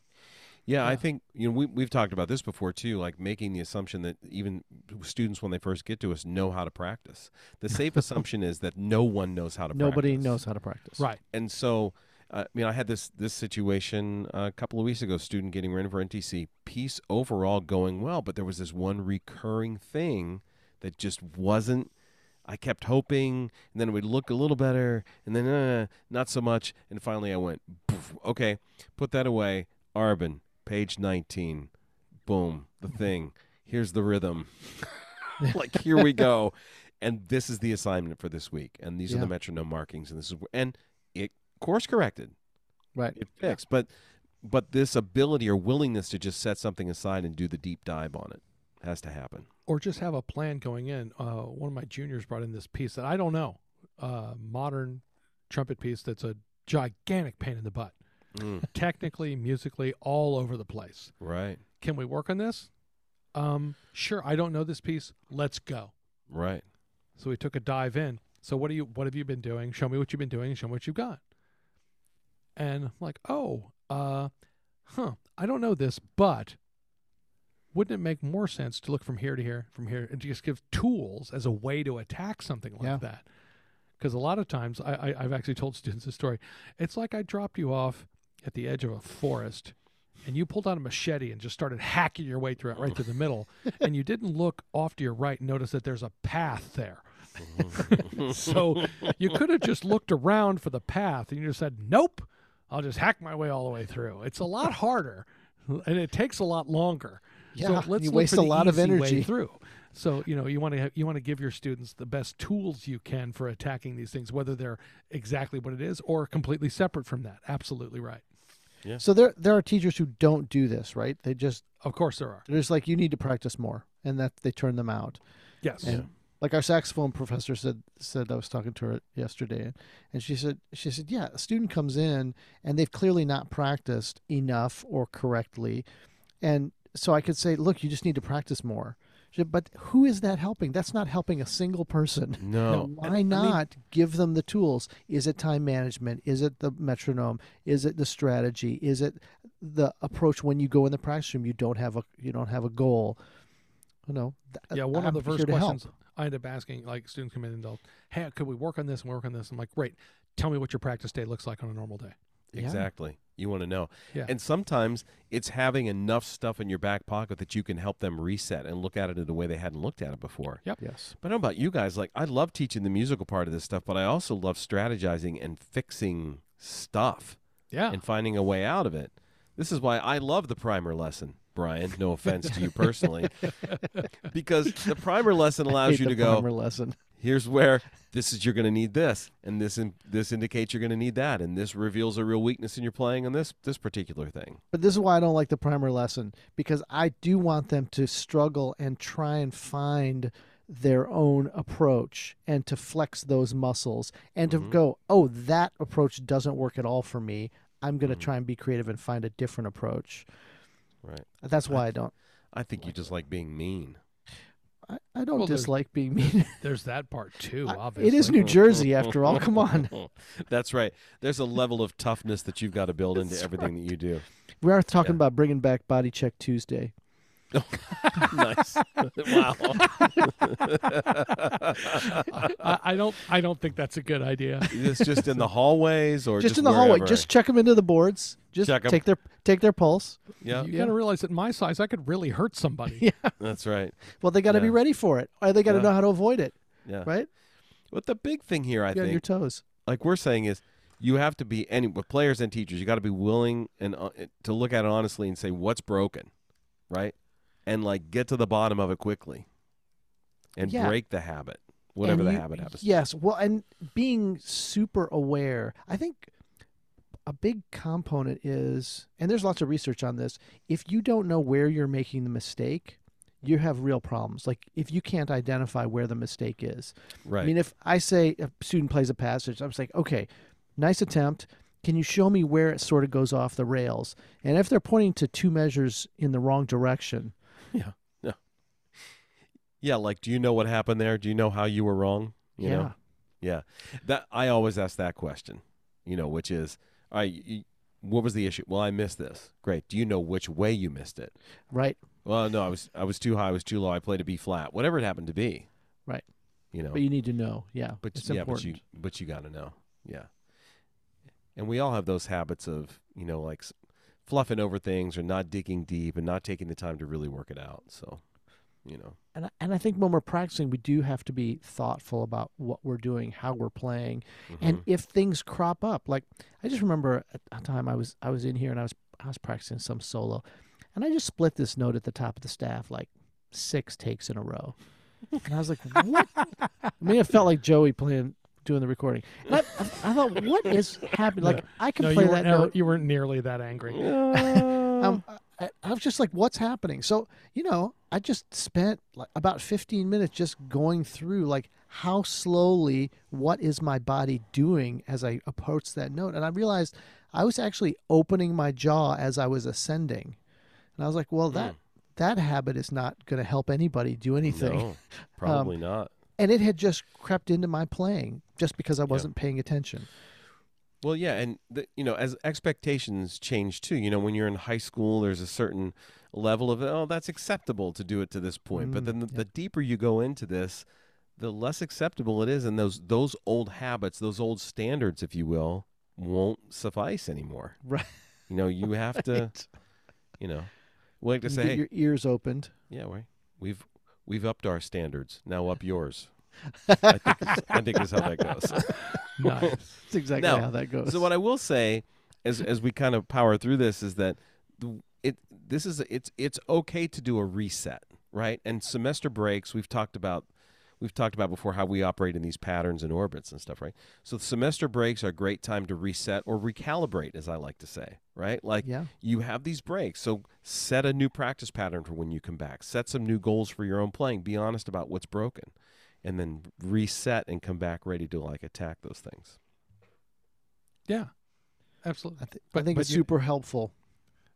S1: Yeah, I
S2: Yeah.
S1: think you know we we've talked about this before too, like making the assumption that even students when they first get to us know how to practice. The safe assumption is that no one knows how to
S3: Nobody
S1: practice.
S3: knows how to practice.
S2: Right.
S1: And so uh, I mean, I had this this situation uh, a couple of weeks ago. Student getting written for NTC, piece overall going well, but there was this one recurring thing that just wasn't. I kept hoping, and then it would look a little better, and then uh, not so much, and finally I went, "Poof, okay, put that away. Arbin, page nineteen, boom, the thing. Here's the rhythm. [LAUGHS] like here we go, and this is the assignment for this week, and these are
S3: Yeah.
S1: the metronome markings, and this is and course corrected
S3: Right.
S1: it fixed but but this ability or willingness to just set something aside and do the deep dive on it has to happen
S2: Or just have a plan going in. Uh, one of my juniors brought in this piece that I don't know, uh, modern trumpet piece that's a gigantic pain in the butt, Mm. technically, musically, all over the place.
S1: right
S2: Can we work on this? Um, sure. I don't know this piece. Let's go.
S1: right
S2: So we took a dive in. So what do you what have you been doing? Show me what you've been doing and show me what you've got. And I'm like, oh, uh, huh, I don't know this, but wouldn't it make more sense to look from here to here, from here, and just give tools as a way to attack something like
S3: Yeah.
S2: that? Because a lot of times, I, I, I've actually told [LAUGHS] students this story. It's like I dropped you off at the edge of a forest, and you pulled out a machete and just started hacking your way through it, right through the middle, and you didn't look off to your right and notice that there's a path there. So you could have just looked around for the path and you just said, nope, I'll just hack my way all the way through. It's a lot harder and it takes a lot longer.
S3: Yeah,
S2: so let's
S3: you
S2: look
S3: waste
S2: for
S3: a
S2: the
S3: lot of
S2: easy way
S3: energy.
S2: through. So you know you want to have, you want to give your students the best tools you can for attacking these things, whether they're exactly what it is or completely separate from that. Absolutely right.
S3: So there there are teachers who don't do this, right? They just
S2: Of course there are.
S3: they're just like you need to practice more, and that they turn them out.
S2: Yes.
S3: And like our saxophone professor said said I was talking to her yesterday, and she said she said yeah, a student comes in and they've clearly not practiced enough or correctly, and so I could say, look, you just need to practice more. She said, but who is that helping? That's not helping a single person.
S1: no
S3: And why not give them the tools? Is it time management? Is it the metronome? Is it the strategy? Is it the approach when you go in the practice room? You don't have a you don't have a goal. You know. th-
S2: Yeah, one
S3: I'm
S2: of the
S3: here
S2: first
S3: to help.
S2: questions I end up asking, like students come in and they'll, hey, could we work on this and work on this? I'm like, great. Tell me what your practice day looks like on a normal day.
S3: Yeah.
S1: Exactly. You want to know.
S2: Yeah.
S1: And sometimes it's having enough stuff in your back pocket that you can help them reset and look at it in a way they hadn't looked at it before.
S3: Yes.
S1: But I don't know about you guys. Like, I love teaching the musical part of this stuff, but I also love strategizing and fixing stuff
S2: Yeah.
S1: and finding a way out of it. This is why I love the primer lesson, Brian. No offense to you personally, because the primer lesson allows
S3: Hate
S1: you
S3: the
S1: to go,
S3: primer lesson.
S1: here's where this is you're going to need this and this in, this indicates you're going to need that and this reveals a real weakness in your playing on this this particular thing
S3: But this is why I don't like the primer lesson because I do want them to struggle and try and find their own approach and to flex those muscles and to
S1: Mhm.
S3: go, oh, that approach doesn't work at all for me. I'm going to
S1: Mhm.
S3: try and be creative and find a different approach.
S1: right
S3: That's why I don't.
S1: i think you just like being mean
S3: I, I don't
S2: Well, there's-
S3: dislike being [LAUGHS] mean.
S2: There's that part too,
S3: I-
S2: obviously.
S3: it is New Jersey, after all. Come on,
S1: [LAUGHS] that's right there's a level of toughness that you've got to build into
S3: That's
S1: everything that you
S3: [LAUGHS]
S1: do
S3: we are talking
S1: Yeah.
S3: about bringing back Body Check Tuesday.
S1: [LAUGHS] nice wow
S2: [LAUGHS] I, I don't I don't think that's a good idea.
S1: it's just in the hallways or
S3: Just,
S1: just,
S3: in the hallway,
S1: wherever.
S3: just check them into the boards. Just
S1: Check 'em.
S3: take their take their pulse.
S1: yeah
S2: You gotta realize that my size I could really hurt
S3: [LAUGHS]
S2: somebody.
S1: that's right
S3: Well, they got to be
S1: Yeah.
S3: ready for it, or they got to
S1: Yeah.
S3: know how to avoid it,
S1: yeah
S3: right?
S1: but the big thing here i
S3: Be on
S1: think
S3: your toes.
S1: like we're saying is you have to be any with players and teachers you got to be willing and uh, to look at it honestly and say what's broken right and like get to the bottom of it quickly and
S3: Yeah.
S1: break the habit whatever
S3: And
S1: the
S3: you-
S1: habit happens to be.
S3: Yes. Well, and being super aware, I think a big component is, and there's lots of research on this, if you don't know where you're making the mistake, you have real problems. Like if you can't identify where the mistake is.
S1: right
S3: I mean, if I say a student plays a passage, I'm just like, okay, nice attempt. Can you show me where it sort of goes off the rails? And if they're pointing to two measures in the wrong direction,
S1: yeah like do you know what happened there do you know how you were wrong you
S3: yeah,
S1: know that i always ask that question you know which is all right you, what was the issue well i missed this great do you know which way you missed it
S3: right.
S1: well no i was i was too high i was too low i played a b flat whatever it happened to be
S3: Right.
S1: you know
S3: But you need to know. Yeah,
S1: But
S3: it's
S1: yeah,
S3: important.
S1: but you but you got to know. Yeah. And we all have those habits of, you know, like s- fluffing over things or not digging deep and not taking the time to really work it out. So, you know.
S3: and I- and I think when we're practicing, we do have to be thoughtful about what we're doing, how we're playing, and
S1: Mhm.
S2: Mm-hmm.
S3: if things crop up. Like I just remember a, a time I was I was in here and I was I was practicing some solo, and I just split this note at the top of the staff like six takes in a row, and I was like, what? I mean, it felt like Joey playing doing the recording. And I, I, I thought, what is happening? Like I can
S2: No,
S3: play
S2: you
S3: that
S2: weren't ever,
S3: note.
S2: you weren't nearly that angry.
S3: [LAUGHS]
S1: Mm-hmm.
S3: Um,
S1: Mm.
S3: I, I was just like, what's happening? So, you know, I just spent like about 15 minutes just going through like how slowly what is my body doing as I approach that note. And I realized I was actually opening my jaw as I was ascending. And I was like, well,
S1: Hmm.
S3: that that habit is not going to help anybody do anything.
S1: No, probably
S3: Um,
S1: not.
S3: And it had just crept into my playing just because I wasn't paying attention.
S1: Well, yeah, and the, you know, as expectations change too, you know, when you're in high school, there's a certain level of oh, that's acceptable to do it to this point. but
S3: Mm,
S1: then the,
S3: yeah.
S1: the deeper you go into this, the less acceptable it is, and those those old habits, those old standards, if you will, won't suffice anymore.
S3: Right.
S1: You know, you have
S3: [LAUGHS]
S1: to, you know, we like to
S3: You
S1: say,
S3: get
S1: hey,
S3: your ears opened.
S1: yeah, we we've we've upped our standards. Now up
S3: [LAUGHS]
S1: yours. I think is- I think is how that goes.
S2: Nice.
S3: That's exactly
S1: Now,
S3: how that goes.
S1: So what I will say, as as we kind of power through this, is that the- it this is it's it's okay to do a reset, right? And semester breaks, we've talked about we've talked about before how we operate in these patterns and orbits and stuff, right? So semester breaks are a great time to reset or recalibrate, as I like to say, right? Like
S3: yeah.
S1: you have these breaks. So set a new practice pattern for when you come back. Set some new goals for your own playing. Be honest about what's broken. And then reset and come back ready to like attack those things.
S2: Yeah. Absolutely.
S3: I, th- I
S2: But-
S3: think
S2: but
S3: it's
S2: you-
S3: super helpful.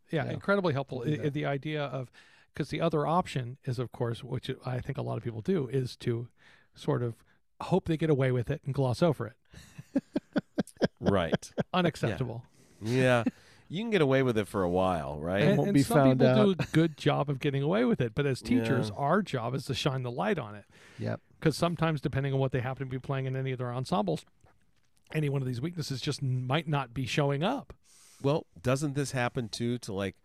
S2: yeah,
S3: Yeah.
S2: incredibly helpful.
S3: do
S2: I-
S3: that.
S2: the idea of because the other option is, of course, which I think a lot of people do, is to sort of hope they get away with it and gloss over
S3: [LAUGHS]
S2: it.
S1: Right.
S2: Unacceptable.
S1: Yeah. You can get away with it for a while, right?
S3: And- won't be
S2: some
S3: found
S2: people do a good job of getting away with it, but as teachers,
S1: Yeah.
S2: our job is to shine the light on it.
S3: Yep.
S2: Because sometimes, depending on what they happen to be playing in any of their ensembles, any one of these weaknesses just might not be showing up.
S1: Well, doesn't this happen too to like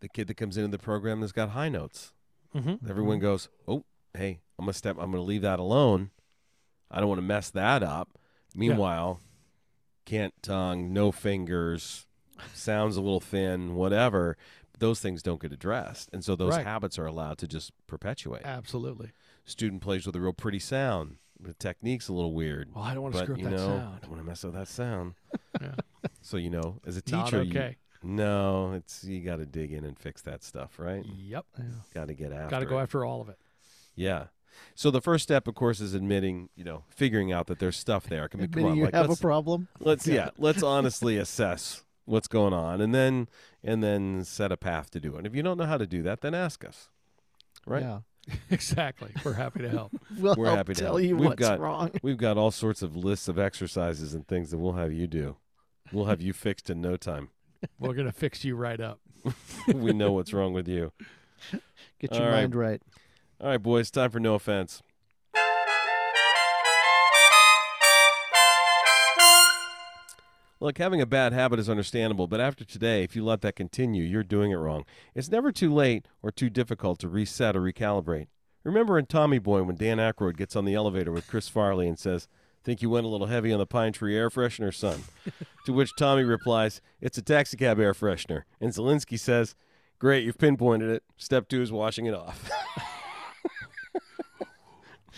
S1: the kid that comes into the program that's got high notes?
S2: Mm-hmm.
S1: Everyone goes, "Oh, hey, I'm gonna step. I'm gonna leave that alone. I don't want to mess that up." Meanwhile, can't tongue, no fingers, sounds a little thin, whatever. Those things don't get addressed, and so those
S2: Right.
S1: habits are allowed to just perpetuate.
S2: Absolutely.
S1: Student plays with a real pretty sound. The technique's a little weird
S2: Well, I don't want to
S1: but
S2: screw up
S1: you know,
S2: that
S1: I
S2: sound.
S1: don't want to mess up that sound.
S2: [LAUGHS] Yeah.
S1: So you know, as a
S2: Not
S1: teacher, you-
S2: okay.
S1: no, it's you got to dig in and fix that stuff, right?
S2: Yep.
S1: Got to get after.
S2: Got to go
S1: it.
S2: after all of it. [LAUGHS]
S1: Yeah. So the first step, of course, is admitting, you know, figuring out that there's stuff there. Come, come
S3: Admitting
S1: on,
S3: you
S1: like,
S3: have a
S1: let's,
S3: problem.
S1: let's yeah, let's honestly assess what's going on, and then and then set a path to do it. And if you don't know how to do that, then ask us. Right.
S3: Yeah.
S2: exactly. We're happy
S1: [LAUGHS]
S2: to help.
S3: We'll
S1: We're
S3: help
S1: happy to
S3: tell
S1: help.
S3: you
S1: We've
S3: what's
S1: got- [LAUGHS]
S3: wrong.
S1: We've got all sorts of lists of exercises and things that we'll have you do. We'll have you fixed in no time. [LAUGHS]
S2: We're gonna fix you right up.
S1: we know what's wrong with you.
S3: Get your
S1: All right.
S3: mind right.
S1: All right, boys, time for no offense. Look, having a bad habit is understandable, but after today, if you let that continue, you're doing it wrong. It's never too late or too difficult to reset or recalibrate. Remember in Tommy Boy when Dan Aykroyd gets on the elevator with Chris Farley and says, Think you went a little heavy on the pine tree air freshener, son? to which Tommy replies, It's a taxicab air freshener. And Zelensky says, Great, you've pinpointed it. Step two is washing it off.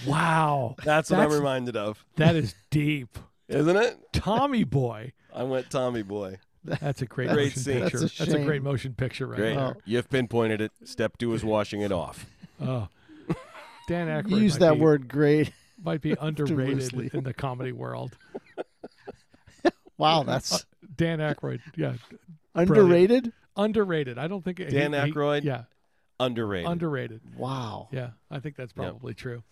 S2: Wow.
S1: That's what
S2: That's-
S1: I'm reminded of,
S2: That is deep.
S1: isn't it?
S2: Tommy boy.
S1: I went Tommy Boy.
S2: That's a great,
S1: Great
S2: motion
S1: scene.
S2: picture.
S3: That's a
S2: great
S3: shame.
S2: motion picture right
S1: Great.
S2: there.
S1: You've pinpointed it. Step two
S2: [LAUGHS]
S1: is washing it off.
S2: Oh. [LAUGHS] Dan Aykroyd
S3: Use
S2: might
S3: that
S2: be-
S1: [LAUGHS]
S3: word [LAUGHS] great.
S2: might be underrated
S3: loosely.
S2: in the comedy world.
S3: Wow, that's
S2: Dan Aykroyd, yeah,
S3: underrated.
S2: underrated. I don't think he-
S1: Dan
S2: he-
S1: Aykroyd?
S2: yeah,
S1: Underrated.
S2: underrated.
S3: Wow.
S2: Yeah, I think that's probably true.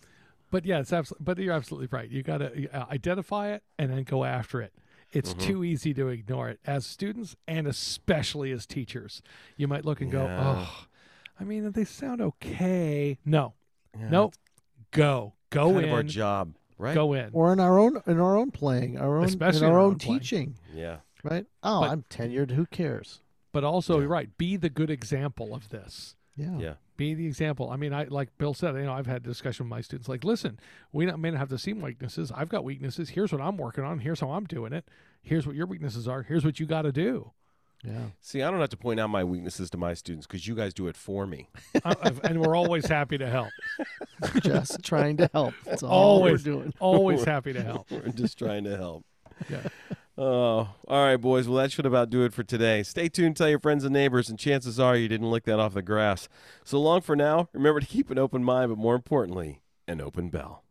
S2: But yeah, it's absolutely. But you're absolutely right. You got to uh, identify it and then go after it. It's
S1: Mm-hmm.
S2: too easy to ignore it as students and especially as teachers. You might look and go,
S1: Yeah.
S2: "Oh, I mean, they sound okay." No,
S1: Yeah,
S2: no, go, go
S1: Kind
S2: in,
S1: of our job, right?
S2: go in.
S3: Or in our own in our own playing, our own
S2: Especially
S3: in
S2: in
S3: our
S2: our
S3: own
S2: own playing.
S3: teaching,
S1: Yeah.
S3: right? Oh,
S2: But-
S3: I'm tenured. Who cares?
S2: But also, you're right. Be the good example of this.
S3: Yeah.
S1: Yeah.
S2: be the example. I mean, I like Bill said, you know, I've had discussion with my students like, listen, we don't, may not have the same weaknesses. I've got weaknesses. Here's what I'm working on. Here's how I'm doing it. Here's what your weaknesses are. Here's what you got to do.
S3: Yeah.
S1: See, I don't have to point out my weaknesses to my students because you guys do it for me.
S2: I- I've- and we're always happy to help.
S3: Just trying to help.
S1: [LAUGHS]
S3: That's all
S2: Always,
S3: we're doing.
S2: always happy to
S1: [LAUGHS]
S2: help.
S1: We're just trying to help.
S2: Yeah.
S1: [LAUGHS] Oh, all right, boys. Well, that should about do it for today. Stay tuned, tell your friends and neighbors, and chances are you didn't lick that off the grass. So long for now. Remember to keep an open mind, but more importantly, an open bell.